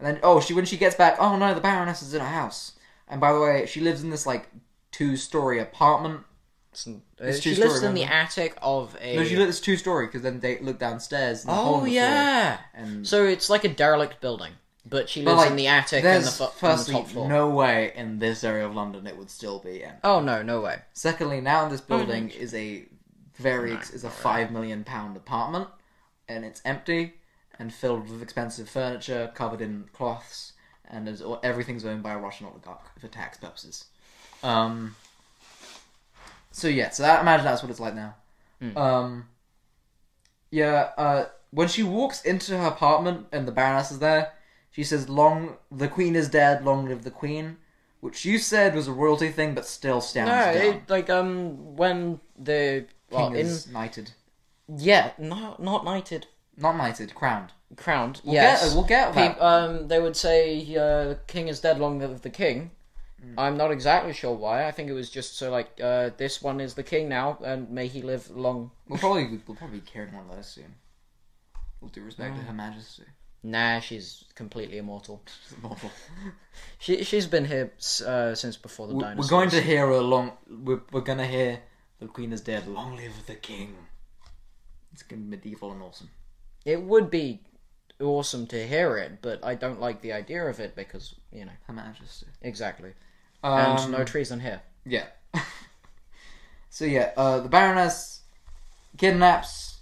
Speaker 1: and then oh she when she gets back oh no the Baroness is in her house and by the way she lives in this like two story apartment
Speaker 2: It's, uh,
Speaker 1: It's
Speaker 2: she
Speaker 1: true
Speaker 2: lives
Speaker 1: story,
Speaker 2: in the attic of a.
Speaker 1: no she lives two story because then they look downstairs and the hole in
Speaker 2: oh
Speaker 1: the
Speaker 2: yeah.
Speaker 1: floor, and
Speaker 2: So it's like a derelict building, but she
Speaker 1: But,
Speaker 2: lives
Speaker 1: like,
Speaker 2: in the attic and the,
Speaker 1: there's
Speaker 2: fu- and the
Speaker 1: firstly
Speaker 2: top floor.
Speaker 1: no way in this area of London it would still be empty.
Speaker 2: Oh no, no way.
Speaker 1: Secondly, now this building is a very ex is a five million pound apartment, and it's empty and filled with expensive furniture covered in cloths, and is, everything's owned by a Russian oligarch for tax purposes. Um.
Speaker 2: Hmm.
Speaker 1: So yeah, so that, imagine that's what it's like now. Um. Yeah, uh, when she walks into her apartment and the Baroness is there, she says, "Long the Queen is dead. Long live the Queen," which you said was a royalty thing, but still stands
Speaker 2: No,
Speaker 1: down.
Speaker 2: it, like um, when the well,
Speaker 1: King
Speaker 2: in
Speaker 1: is knighted,
Speaker 2: yeah, not not knighted,
Speaker 1: not knighted, crowned.
Speaker 2: crowned.
Speaker 1: We'll
Speaker 2: yes,
Speaker 1: get, we'll get that.
Speaker 2: Peop- um, they would say uh, king is dead long live the king
Speaker 1: Hmm.
Speaker 2: i'm not exactly sure why i think it was just so like uh, this one is the king now and may he live long
Speaker 1: We'll probably we'll probably be carrying one of those soon. With due respect
Speaker 2: Mm.
Speaker 1: to Her Majesty,
Speaker 2: nah she's completely immortal
Speaker 1: She's immortal.
Speaker 2: she, she's been here s- uh, since before the
Speaker 1: We're
Speaker 2: dinosaurs
Speaker 1: going to hear a long. We're, we're gonna hear the Queen is dead. Long live the King. It's gonna be medieval and awesome.
Speaker 2: it would be awesome to hear it but i don't like the idea of it because you know
Speaker 1: Her Majesty.
Speaker 2: exactly
Speaker 1: Um,
Speaker 2: and no treason here
Speaker 1: Yeah. so yeah, uh, the Baroness kidnaps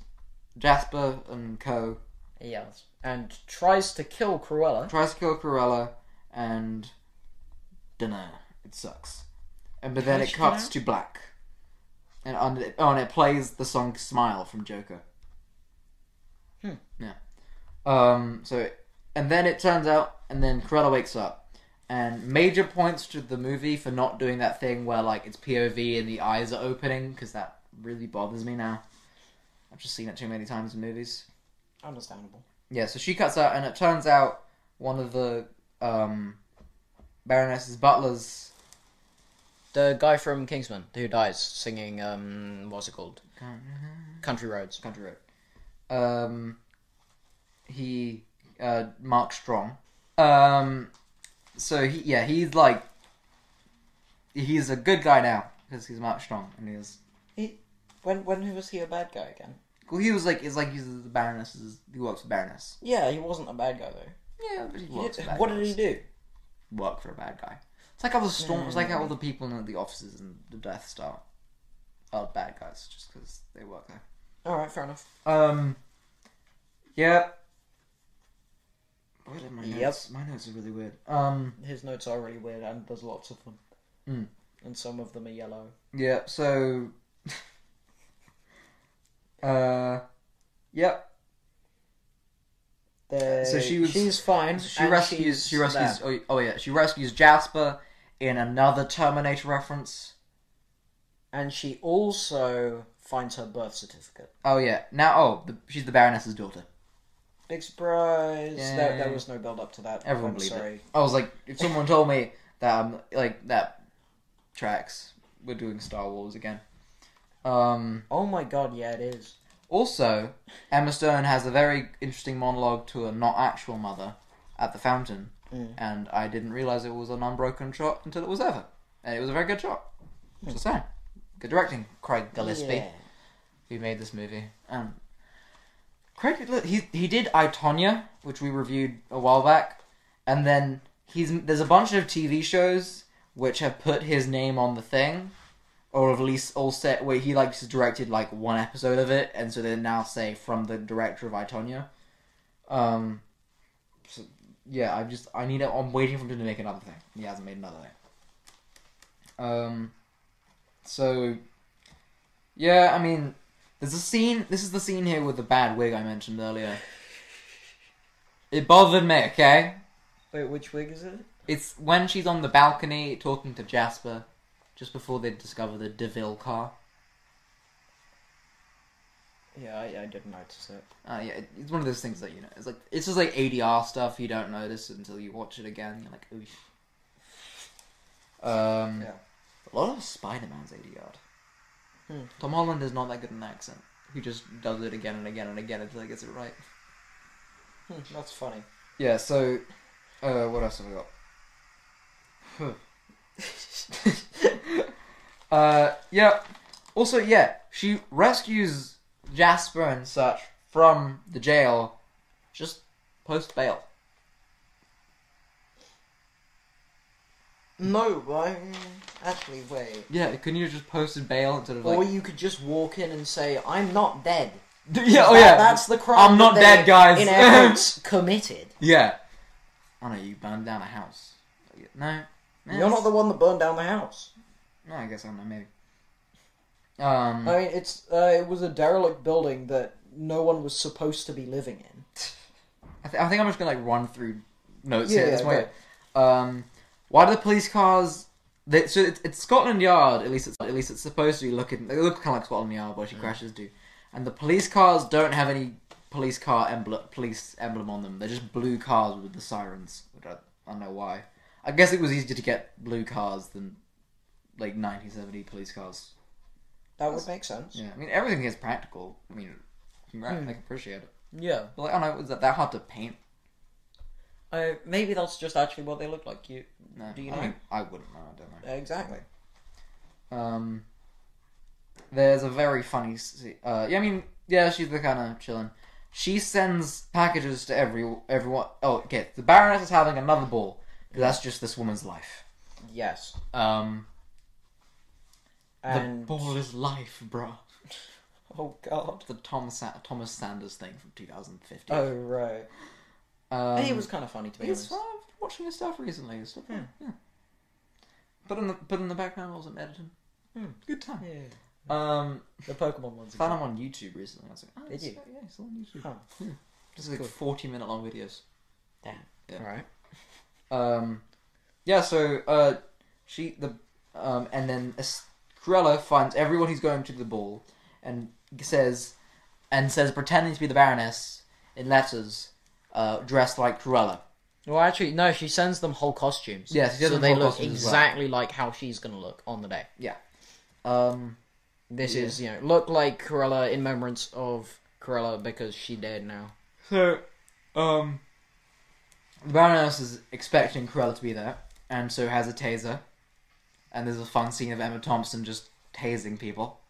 Speaker 1: Jasper and Co.
Speaker 2: yes and tries to kill cruella
Speaker 1: Tries to kill Cruella, and dunno, it sucks. And but then
Speaker 2: How'd
Speaker 1: it
Speaker 2: she
Speaker 1: cuts
Speaker 2: get
Speaker 1: to black, and on it, oh, and it plays the song "Smile" from Joker.
Speaker 2: Hmm.
Speaker 1: Yeah. Um. So, it- and then it turns out, and then Cruella wakes up, and major points to the movie for not doing that thing where like it's POV and the eyes are opening because that really bothers me now. I've just seen it too many times in movies.
Speaker 2: understandable
Speaker 1: Yeah, so she cuts out, and it turns out one of the um, Baroness's butlers.
Speaker 2: the guy from kingsman who dies singing um what's it called country roads
Speaker 1: Country Road. Um, he uh, Mark Strong. Um, so he yeah he's like he's a good guy now because he's Mark Strong and he was
Speaker 2: When when was he a bad guy again?
Speaker 1: well he was like it's like he's the Baroness's he works for Baroness.
Speaker 2: Yeah, he wasn't a bad guy though.
Speaker 1: Yeah, but he
Speaker 2: He
Speaker 1: works
Speaker 2: did-
Speaker 1: for bad
Speaker 2: what
Speaker 1: guys.
Speaker 2: did he do?
Speaker 1: work for a bad guy. It's like all the storm. It's like how all the people in the offices in the Death Star are bad guys just because they work there.
Speaker 2: All right, fair enough.
Speaker 1: Um. Yeah. What are my
Speaker 2: Yep.
Speaker 1: notes? My notes are really weird. Um.
Speaker 2: His notes are really weird, and there's lots of them,
Speaker 1: Mm.
Speaker 2: and some of them are yellow.
Speaker 1: Yeah. So. uh. Yep.
Speaker 2: They,
Speaker 1: So she was-
Speaker 2: she's fine.
Speaker 1: She
Speaker 2: and
Speaker 1: rescues.
Speaker 2: she's
Speaker 1: She rescues.
Speaker 2: there.
Speaker 1: Oh, oh yeah. She rescues Jasper in another Terminator reference.
Speaker 2: and she also finds her birth certificate.
Speaker 1: Oh yeah. Now oh the, she's the Baroness's daughter.
Speaker 2: Big surprise! There, there
Speaker 1: Yay.
Speaker 2: was no build up to that.
Speaker 1: Everyone
Speaker 2: I'm
Speaker 1: believed
Speaker 2: sorry.
Speaker 1: I was like, if someone told me that um like that tracks we're doing Star Wars again. Um
Speaker 2: Oh my god, yeah, it is.
Speaker 1: also Emma Stone has a very interesting monologue to a not actual mother at the fountain
Speaker 2: Mm.
Speaker 1: and I didn't realise it was an unbroken shot until it was over. And it was a very good shot. Just saying. Good directing, Craig Gillespie,
Speaker 2: Hmm. Yeah.
Speaker 1: who made this movie. Um Craig Gillespie- he he did I Tonya, which we reviewed a while back, and then he's there's a bunch of TV shows which have put his name on the thing, or at least all set where he like just directed like one episode of it, and so they now say from the director of Itonia. Um, so, yeah, I just I need it. I'm waiting for him to make another thing. He hasn't made another thing. Um, so yeah, I mean, there's a scene. This is the scene here with the bad wig I mentioned earlier. It bothered me. Okay.
Speaker 2: Wait, which wig is it?
Speaker 1: It's when she's on the balcony talking to Jasper, just before they discover the Deville car.
Speaker 2: Yeah, I, I didn't notice it.
Speaker 1: Uh, yeah, it- it's one of those things that you know. It's like it's just like ADR stuff you don't notice until you watch it again. You're like, oof. Um,
Speaker 2: Yeah.
Speaker 1: a lot of Spider Man's ADR.
Speaker 2: Hmm.
Speaker 1: Tom Holland is not that good an accent. He just does it again and again and again until he gets it right.
Speaker 2: Hmm, that's funny.
Speaker 1: Yeah. So, uh, what else have we got? Uh, yeah. Also, yeah, she rescues Jasper and such from the jail just post bail.
Speaker 2: No, I actually wait.
Speaker 1: Yeah, couldn't you have just posted bail instead of like?
Speaker 2: or you could just walk in and say, "I'm not dead."
Speaker 1: yeah, oh
Speaker 2: That-
Speaker 1: yeah,
Speaker 2: that's the crime.
Speaker 1: I'm not
Speaker 2: that
Speaker 1: dead,
Speaker 2: they,
Speaker 1: guys.
Speaker 2: In air quotes, committed.
Speaker 1: yeah. Oh no, you burned down a house. No, no,
Speaker 2: You're not the one that burned down the house.
Speaker 1: No, I guess I'm not. Maybe. Um.
Speaker 2: Hmm. Oh, I mean, it's uh, it was a derelict building that no one was supposed to be living in.
Speaker 1: I, th- I think I'm just gonna like run through notes
Speaker 2: Yeah,
Speaker 1: here at this
Speaker 2: yeah,
Speaker 1: point. Um, why do the police cars? They, so it's, it's Scotland Yard. At least it's at least it's supposed to be looking. They look kind of like Scotland Yard,
Speaker 2: Mm.
Speaker 1: but she crashes do. And the police cars don't have any police car emblem, police emblem on them. They're just blue cars with the sirens. Which I, I don't know why. I guess it was easier to get blue cars than like 1970 police cars.
Speaker 2: That would make sense.
Speaker 1: Yeah, I mean everything is practical. I mean,
Speaker 2: Hmm.
Speaker 1: right, I can appreciate it.
Speaker 2: Yeah.
Speaker 1: But like, I don't know, was that that hard to paint?
Speaker 2: Uh, maybe that's just actually what they look like. You
Speaker 1: No,
Speaker 2: Do you
Speaker 1: I,
Speaker 2: know?
Speaker 1: mean, I wouldn't know. I don't know.
Speaker 2: exactly.
Speaker 1: Um, there's a very funny. se- Uh, yeah, I mean, yeah, she's the kind of chilling. She sends packages to every everyone. Oh, okay. The Baroness is having another ball. 'cause That's just this woman's life.
Speaker 2: Yes.
Speaker 1: Um, the
Speaker 2: And
Speaker 1: ball is life, bruh.
Speaker 2: oh god.
Speaker 1: The Tom Sa- Thomas Sanders thing from 2015.
Speaker 2: Oh right.
Speaker 1: um,
Speaker 2: it was Hmm. kind of funny to be
Speaker 1: it's
Speaker 2: honest.
Speaker 1: fun. I've been watching his stuff recently. It's still fun. Yeah. But in the but in the background, I was editing.
Speaker 2: Hmm.
Speaker 1: Good time.
Speaker 2: Yeah.
Speaker 1: Um,
Speaker 2: The Pokemon ones.
Speaker 1: Found him on YouTube recently. I was like, oh,
Speaker 2: Did
Speaker 1: it's-
Speaker 2: you? Oh,
Speaker 1: Yeah, it's on YouTube.
Speaker 2: Huh.
Speaker 1: Yeah. Just like forty minute long videos. Yeah.
Speaker 2: Right.
Speaker 1: Um, yeah. So uh, she the um, and then Cruella finds everyone who's going to the ball and says and says pretending to be the Baroness in letters, uh, dressed like Cruella.
Speaker 2: Well, actually, no. She sends them whole costumes.
Speaker 1: Yes, she sends
Speaker 2: so
Speaker 1: them
Speaker 2: they
Speaker 1: whole
Speaker 2: look
Speaker 1: costumes as well.
Speaker 2: exactly like how she's gonna look on the day.
Speaker 1: Um,
Speaker 2: This
Speaker 1: Yeah.
Speaker 2: is you know look like Corella in remembrance of Corella because she dead now.
Speaker 1: so um, the Baroness is expecting Cruella to be there, and so has a taser. And there's a fun scene of Emma Thompson just tasing people,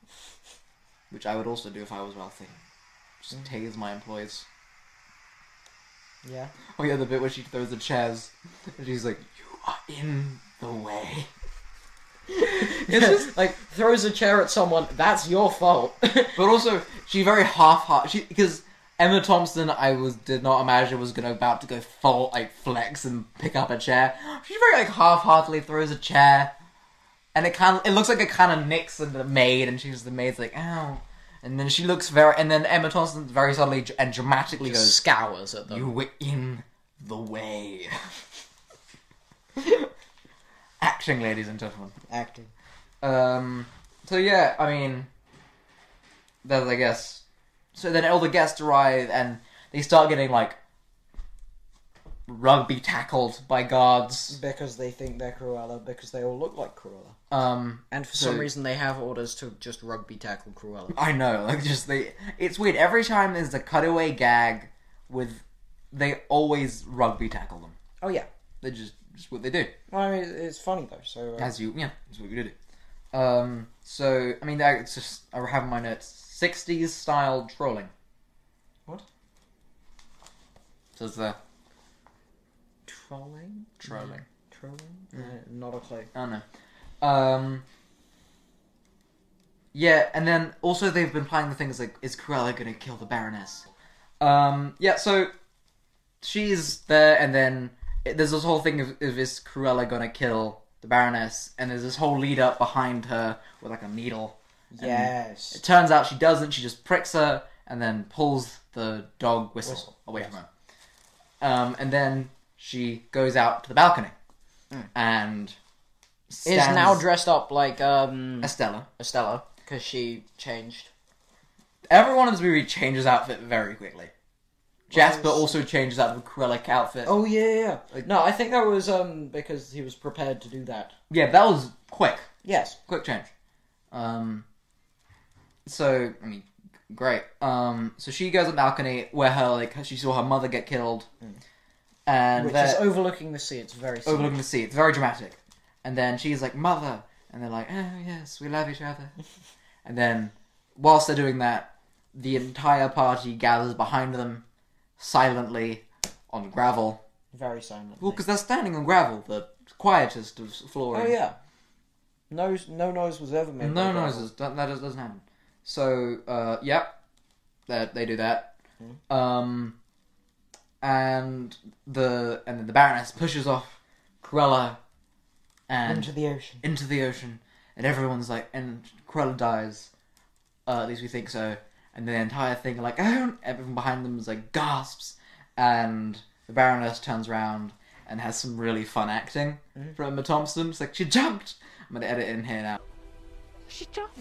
Speaker 1: which I would also do if I was wealthy. Just tase my employees.
Speaker 2: Yeah.
Speaker 1: Oh yeah, the bit where she throws the chairs, and she's like, "You are in the way." it's just,
Speaker 2: like throws a chair at someone. That's your fault.
Speaker 1: but also she very half-heart. She because Emma Thompson, I was did not imagine was gonna about to go full like flex and pick up a chair. She very like half-heartedly throws a chair, and it kind of it looks like it kind of nicks and the maid, and she's the maid's like, "Ow," and then she looks very, and then Emma Thompson very suddenly and dramatically goes,
Speaker 2: scours at them.
Speaker 1: You were in the way. Acting, ladies and gentlemen.
Speaker 2: acting.
Speaker 1: Um, so yeah, I mean, that's I guess. So then all the guests arrive and they start getting like rugby tackled by guards.
Speaker 2: Because they think they're Cruella, because they all look like Cruella.
Speaker 1: Um,
Speaker 2: And for
Speaker 1: So-
Speaker 2: some reason, they have orders to just rugby tackle Cruella.
Speaker 1: I know, like just they. It's weird. Every time there's a cutaway gag with, they always rugby tackle them.
Speaker 2: Oh, yeah.
Speaker 1: They just just what they do.
Speaker 2: Well, I mean, it's funny, though, so. Uh,
Speaker 1: As you, yeah, that's what you did. Um, so I mean, that- it's just I have in my notes sixties style trolling.
Speaker 2: What?
Speaker 1: So it's the
Speaker 2: trolling?
Speaker 1: trolling.
Speaker 2: Trolling? Uh, not a clue.
Speaker 1: I don't know. Um, yeah, and then also they've been playing the things like, is Cruella gonna kill the Baroness? Um, yeah, so she's there, and then it, there's this whole thing of, of is Cruella gonna kill the Baroness? And there's this whole lead up behind her with like a needle.
Speaker 2: Yes.
Speaker 1: It turns out she doesn't. She just pricks her and then pulls the dog whistle,
Speaker 2: Whistle,
Speaker 1: away from her. Um, and then she goes out to the balcony and
Speaker 2: Hmm. Is now
Speaker 1: stands-
Speaker 2: dressed up like um,
Speaker 1: Estella.
Speaker 2: Estella, because she changed.
Speaker 1: Everyone in this movie changes outfit very quickly. Jasper
Speaker 2: Well,
Speaker 1: also changes out of a Krellic outfit.
Speaker 2: Oh, yeah, yeah, yeah. No, I think that was um, because he was prepared to do that.
Speaker 1: Yeah, that was quick.
Speaker 2: Yes.
Speaker 1: Quick change. Um, so, I mean, great. Um, so she goes on the balcony where her, like, she saw her mother get killed. And
Speaker 2: Hmm. Which
Speaker 1: there-
Speaker 2: is overlooking the sea. It's very similar.
Speaker 1: overlooking the sea. It's very dramatic. And then she's like, "Mother," and they're like, "Oh yes, we love each other." and then, whilst they're doing that, the entire party gathers behind them, silently, on gravel.
Speaker 2: Very silent.
Speaker 1: Well, because they're standing on gravel, the quietest of flooring.
Speaker 2: Oh yeah. No, no noise was ever made.
Speaker 1: No
Speaker 2: by Gargoyle.
Speaker 1: noises. That, that doesn't happen. So, uh, yep, that they do that.
Speaker 2: Hmm.
Speaker 1: Um, and the and then the Baroness pushes off Cruella and
Speaker 2: Into the ocean.
Speaker 1: into the ocean, and everyone's like, and Cruella dies. Uh, at least we think so. and the entire thing like oh everyone behind them is like gasps and the baroness turns around and has some really fun acting from Emma Thompson. It's like she jumped. I'm gonna edit in here now.
Speaker 3: She jumped.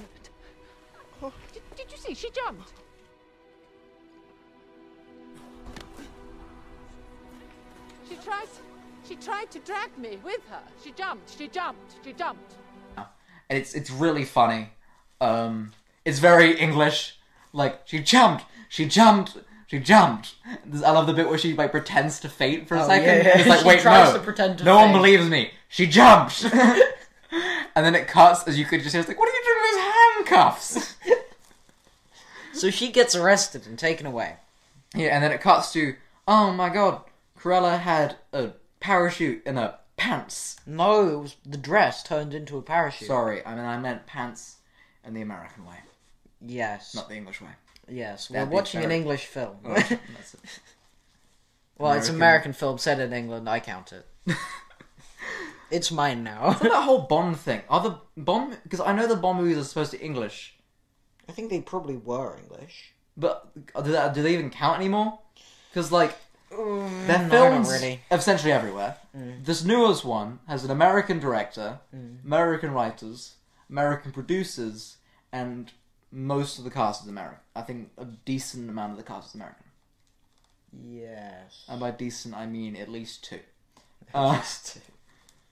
Speaker 3: Did, did you see? She jumped. She tried. She tried to drag me with her. She jumped. She jumped. She jumped.
Speaker 1: and it's it's really funny. Um, it's very English. Like she jumped, she jumped, she jumped. There's- I love the bit where she like pretends to faint for a
Speaker 2: Oh,
Speaker 1: second.
Speaker 2: yeah, yeah.
Speaker 1: It's like
Speaker 2: She
Speaker 1: wait,
Speaker 2: tries
Speaker 1: no,
Speaker 2: to pretend to
Speaker 1: no one
Speaker 2: faint.
Speaker 1: believes me. She jumped, and then it cuts as you could just hear. It's like what are you doing with those handcuffs?
Speaker 2: So she gets arrested and taken away.
Speaker 1: yeah, and then it cuts to oh my god, Corella had a parachute in her pants.
Speaker 2: No, it was the dress turned into a parachute.
Speaker 1: Sorry, I mean I meant pants in the American way,
Speaker 2: Yes.
Speaker 1: not the English way.
Speaker 2: Yes. We're
Speaker 1: That'd be
Speaker 2: watching an
Speaker 1: very-
Speaker 2: English film.
Speaker 1: That's it.
Speaker 2: well, it's
Speaker 1: American.
Speaker 2: an American film set in England. I count it. it's mine now.
Speaker 1: What about that whole Bond thing? Are the Bond because I know the Bond movies are supposed to be English,
Speaker 2: I think they probably were English.
Speaker 1: but do they, do they even count anymore? Because like their
Speaker 2: Mm, no, not
Speaker 1: films
Speaker 2: really. Mm.
Speaker 1: essentially everywhere. This newest one has an American director, American writers, American producers, and most of the cast is American. I think a decent amount of the cast is American,
Speaker 2: Yes.
Speaker 1: and by decent I mean at least two. Uh,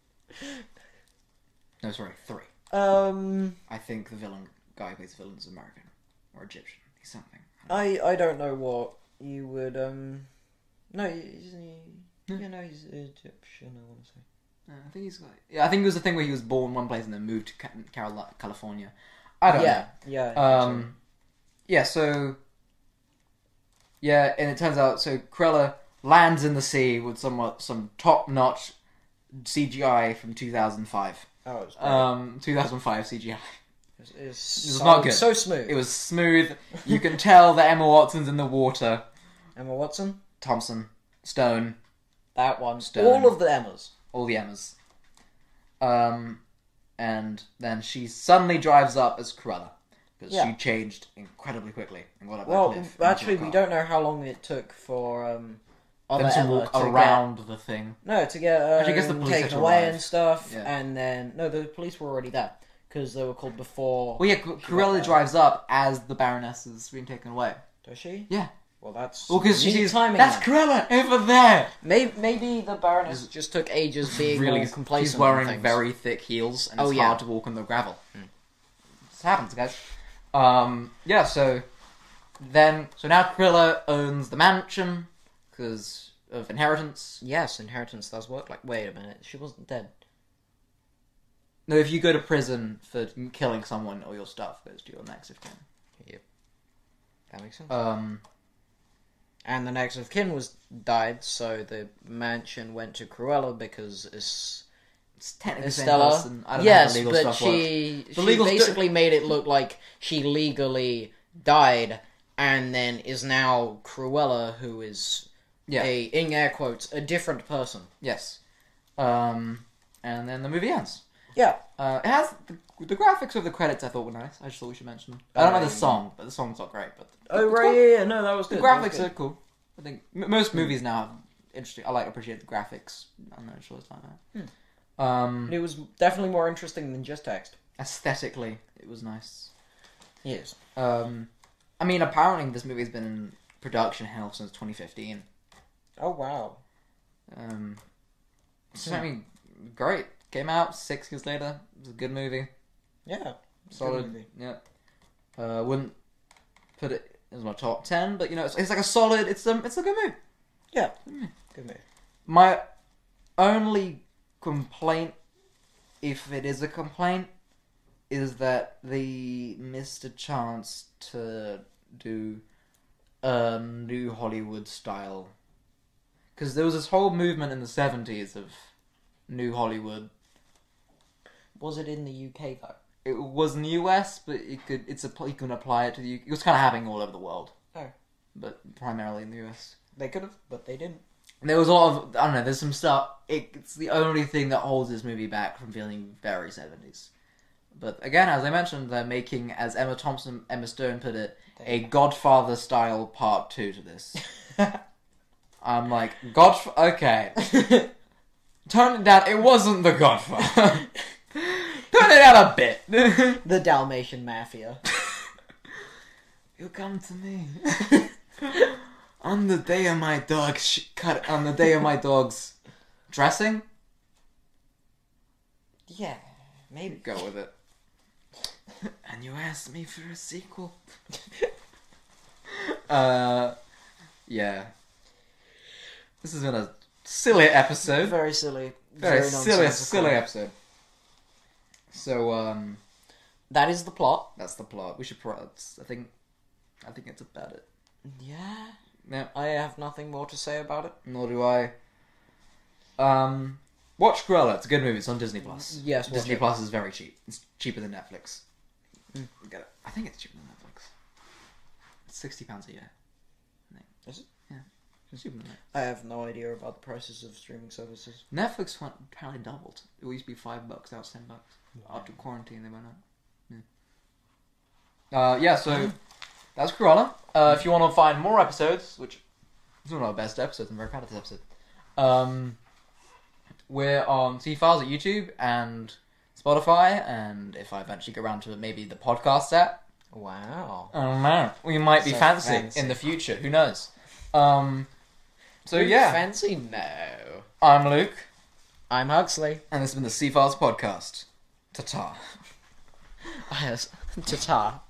Speaker 1: no, sorry, three.
Speaker 2: Um,
Speaker 1: I think the villain guy who plays the villain is American or Egyptian. He's something.
Speaker 2: I I don't know what you would um. No, isn't he? You know, he's Egyptian. I want to say.
Speaker 1: Uh, I think he's like yeah. I think it was the thing where he was born one place and then moved to Ca- Carol- California. I don't
Speaker 2: yeah, yeah. I think
Speaker 1: know. Um, yeah. So yeah, and it turns out so Krella lands in the sea with somewhat some top notch CGI from 2005.
Speaker 2: so. oh, it's
Speaker 1: Um, 2005 CGI.
Speaker 2: It's, it's
Speaker 1: It was
Speaker 2: so,
Speaker 1: not good.
Speaker 2: So smooth.
Speaker 1: It was smooth. You can tell that Emma Watson's in the water.
Speaker 2: Emma Watson.
Speaker 1: Thompson, Stone,
Speaker 2: That one.
Speaker 1: Stone.
Speaker 2: All of the Emmas.
Speaker 1: all the Emmas. Um, and then she suddenly drives up as Cruella because
Speaker 2: Yeah.
Speaker 1: she changed incredibly quickly and got up
Speaker 2: Well,
Speaker 1: that cliff. and
Speaker 2: actually,
Speaker 1: into
Speaker 2: we
Speaker 1: the car.
Speaker 2: don't know how long it took for um other
Speaker 1: Them to
Speaker 2: Emma
Speaker 1: walk
Speaker 2: to
Speaker 1: around the thing.
Speaker 2: Get, no, to get uh,
Speaker 1: Actually, I guess the police had
Speaker 2: taken
Speaker 1: to
Speaker 2: away
Speaker 1: arrive.
Speaker 2: and stuff,
Speaker 1: Yeah.
Speaker 2: and then no, the police were already there because they were called before.
Speaker 1: Well, yeah, C- Corella
Speaker 2: there.
Speaker 1: drives up as the Baroness is being taken away.
Speaker 2: Does she?
Speaker 1: Yeah.
Speaker 2: Well, that's
Speaker 1: Well, because she
Speaker 2: neat
Speaker 1: sees
Speaker 2: timing.
Speaker 1: that's Corella over there.
Speaker 2: Maybe, maybe the Baroness just took ages being
Speaker 1: really
Speaker 2: all complacent.
Speaker 1: She's
Speaker 2: on
Speaker 1: wearing
Speaker 2: things.
Speaker 1: very thick heels, and
Speaker 2: Oh,
Speaker 1: it's
Speaker 2: yeah.
Speaker 1: hard to walk on the gravel. This happens, guys. Um, yeah. So then, so now Krilla owns the mansion because of inheritance.
Speaker 2: Yes, inheritance does work. Like, wait a minute, she wasn't dead.
Speaker 1: No, if you go to prison for killing someone, all your stuff goes to your next of kin.
Speaker 2: That makes sense.
Speaker 1: Um,
Speaker 2: and the next of kin was died, so the mansion went to Cruella because it's
Speaker 1: it's technically the same
Speaker 2: Estella.
Speaker 1: person. I don't
Speaker 2: yes,
Speaker 1: know how the legal
Speaker 2: but
Speaker 1: stuff works.
Speaker 2: she
Speaker 1: The
Speaker 2: she
Speaker 1: legal stu-
Speaker 2: basically made it look like she legally died, and then is now Cruella, who is
Speaker 1: Yeah.
Speaker 2: a in air quotes a different person.
Speaker 1: Yes. Um, and then the movie ends.
Speaker 2: Yeah,
Speaker 1: Uh, it has the, the graphics of the credits. I thought were nice. I just thought we should mention them. I don't know the
Speaker 2: Um,
Speaker 1: song, but the song's not great. But
Speaker 2: Oh
Speaker 1: it's
Speaker 2: right,
Speaker 1: cool.
Speaker 2: yeah, yeah, no, that was
Speaker 1: The
Speaker 2: good. that was
Speaker 1: graphics
Speaker 2: good. Hmm.
Speaker 1: are cool. I think m- most movies now have interesting. I like appreciate the graphics. I'm not sure it's like that.
Speaker 2: Hmm.
Speaker 1: Um,
Speaker 2: It was definitely more interesting than just text.
Speaker 1: aesthetically, it was nice.
Speaker 2: Yes.
Speaker 1: Um, I mean, apparently this movie's been in production hell since 2015.
Speaker 2: Oh wow.
Speaker 1: Um,
Speaker 2: Hmm.
Speaker 1: so, I mean, great. Came out six years later. It was a good movie.
Speaker 2: Yeah.
Speaker 1: Solid.
Speaker 2: movie.
Speaker 1: Yeah. Uh, wouldn't put it as my top ten, but you know, it's, it's like a solid. It's um, it's a good movie.
Speaker 2: Yeah. Good move.
Speaker 1: My only complaint, if it is a complaint, is that they missed a chance to do a new Hollywood style. Because there was this whole movement in the 70s of new Hollywood.
Speaker 2: Was it in the UK though?
Speaker 1: It was in the US, but it could it's a you can apply it to the UK. It was kind of happening all over the world,
Speaker 2: No.
Speaker 1: but primarily in the US.
Speaker 2: They could have, but they didn't.
Speaker 1: There was a lot of I don't know. There's some stuff. It, it's the only thing that holds this movie back from feeling very seventies. But again, as I mentioned, they're making, as Emma Thompson, Emma Stone put it, a Godfather style part two to this. I'm like, God, okay, tone it down. It wasn't the Godfather. tone it down a bit.
Speaker 2: the Dalmatian Mafia.
Speaker 1: You come to me on the day of my dog's sh- cut. On the day of my dog's dressing.
Speaker 2: Yeah, maybe.
Speaker 1: Go with it. and you asked me for a sequel. uh, yeah. This has been a silly episode.
Speaker 2: Very silly.
Speaker 1: Very, silly,
Speaker 2: nonsensical.
Speaker 1: silly episode. So um,
Speaker 2: That is the plot.
Speaker 1: that's the plot. We should. Pro- that's- I think. I think it's about it.
Speaker 2: Yeah.
Speaker 1: No,
Speaker 2: I have nothing more to say about it.
Speaker 1: nor do I. Um, watch Cruella. It's a good movie. It's on Disney Plus.
Speaker 2: Yes, watch
Speaker 1: Disney
Speaker 2: it. Mm.
Speaker 1: Plus is very cheap. It's cheaper than Netflix. Get it. I think it's cheaper than Netflix. It's sixty pounds a year.
Speaker 2: Is it?
Speaker 1: It's cheaper than that.
Speaker 2: I have no idea about the prices of streaming services.
Speaker 1: Netflix went apparently doubled. It used to be five bucks. Now it's ten bucks. After quarantine, they went up. Yeah. Uh, yeah. So that's Cruella. Uh, if you want to find more episodes, which is one of our best episodes, I'm very proud of this episode. Um, we're on C Files at YouTube and Spotify, and if I eventually get around to maybe the podcast app,
Speaker 2: Wow.
Speaker 1: I don't know. We might be
Speaker 2: So
Speaker 1: fancy,
Speaker 2: fancy.
Speaker 1: in the future. Who knows? Um, so yeah,
Speaker 2: Fancy? No.
Speaker 1: I'm Luke,
Speaker 2: I'm Huxley.
Speaker 1: and this has been the C Files podcast. Ta ta.
Speaker 2: Yes. Ta-ta.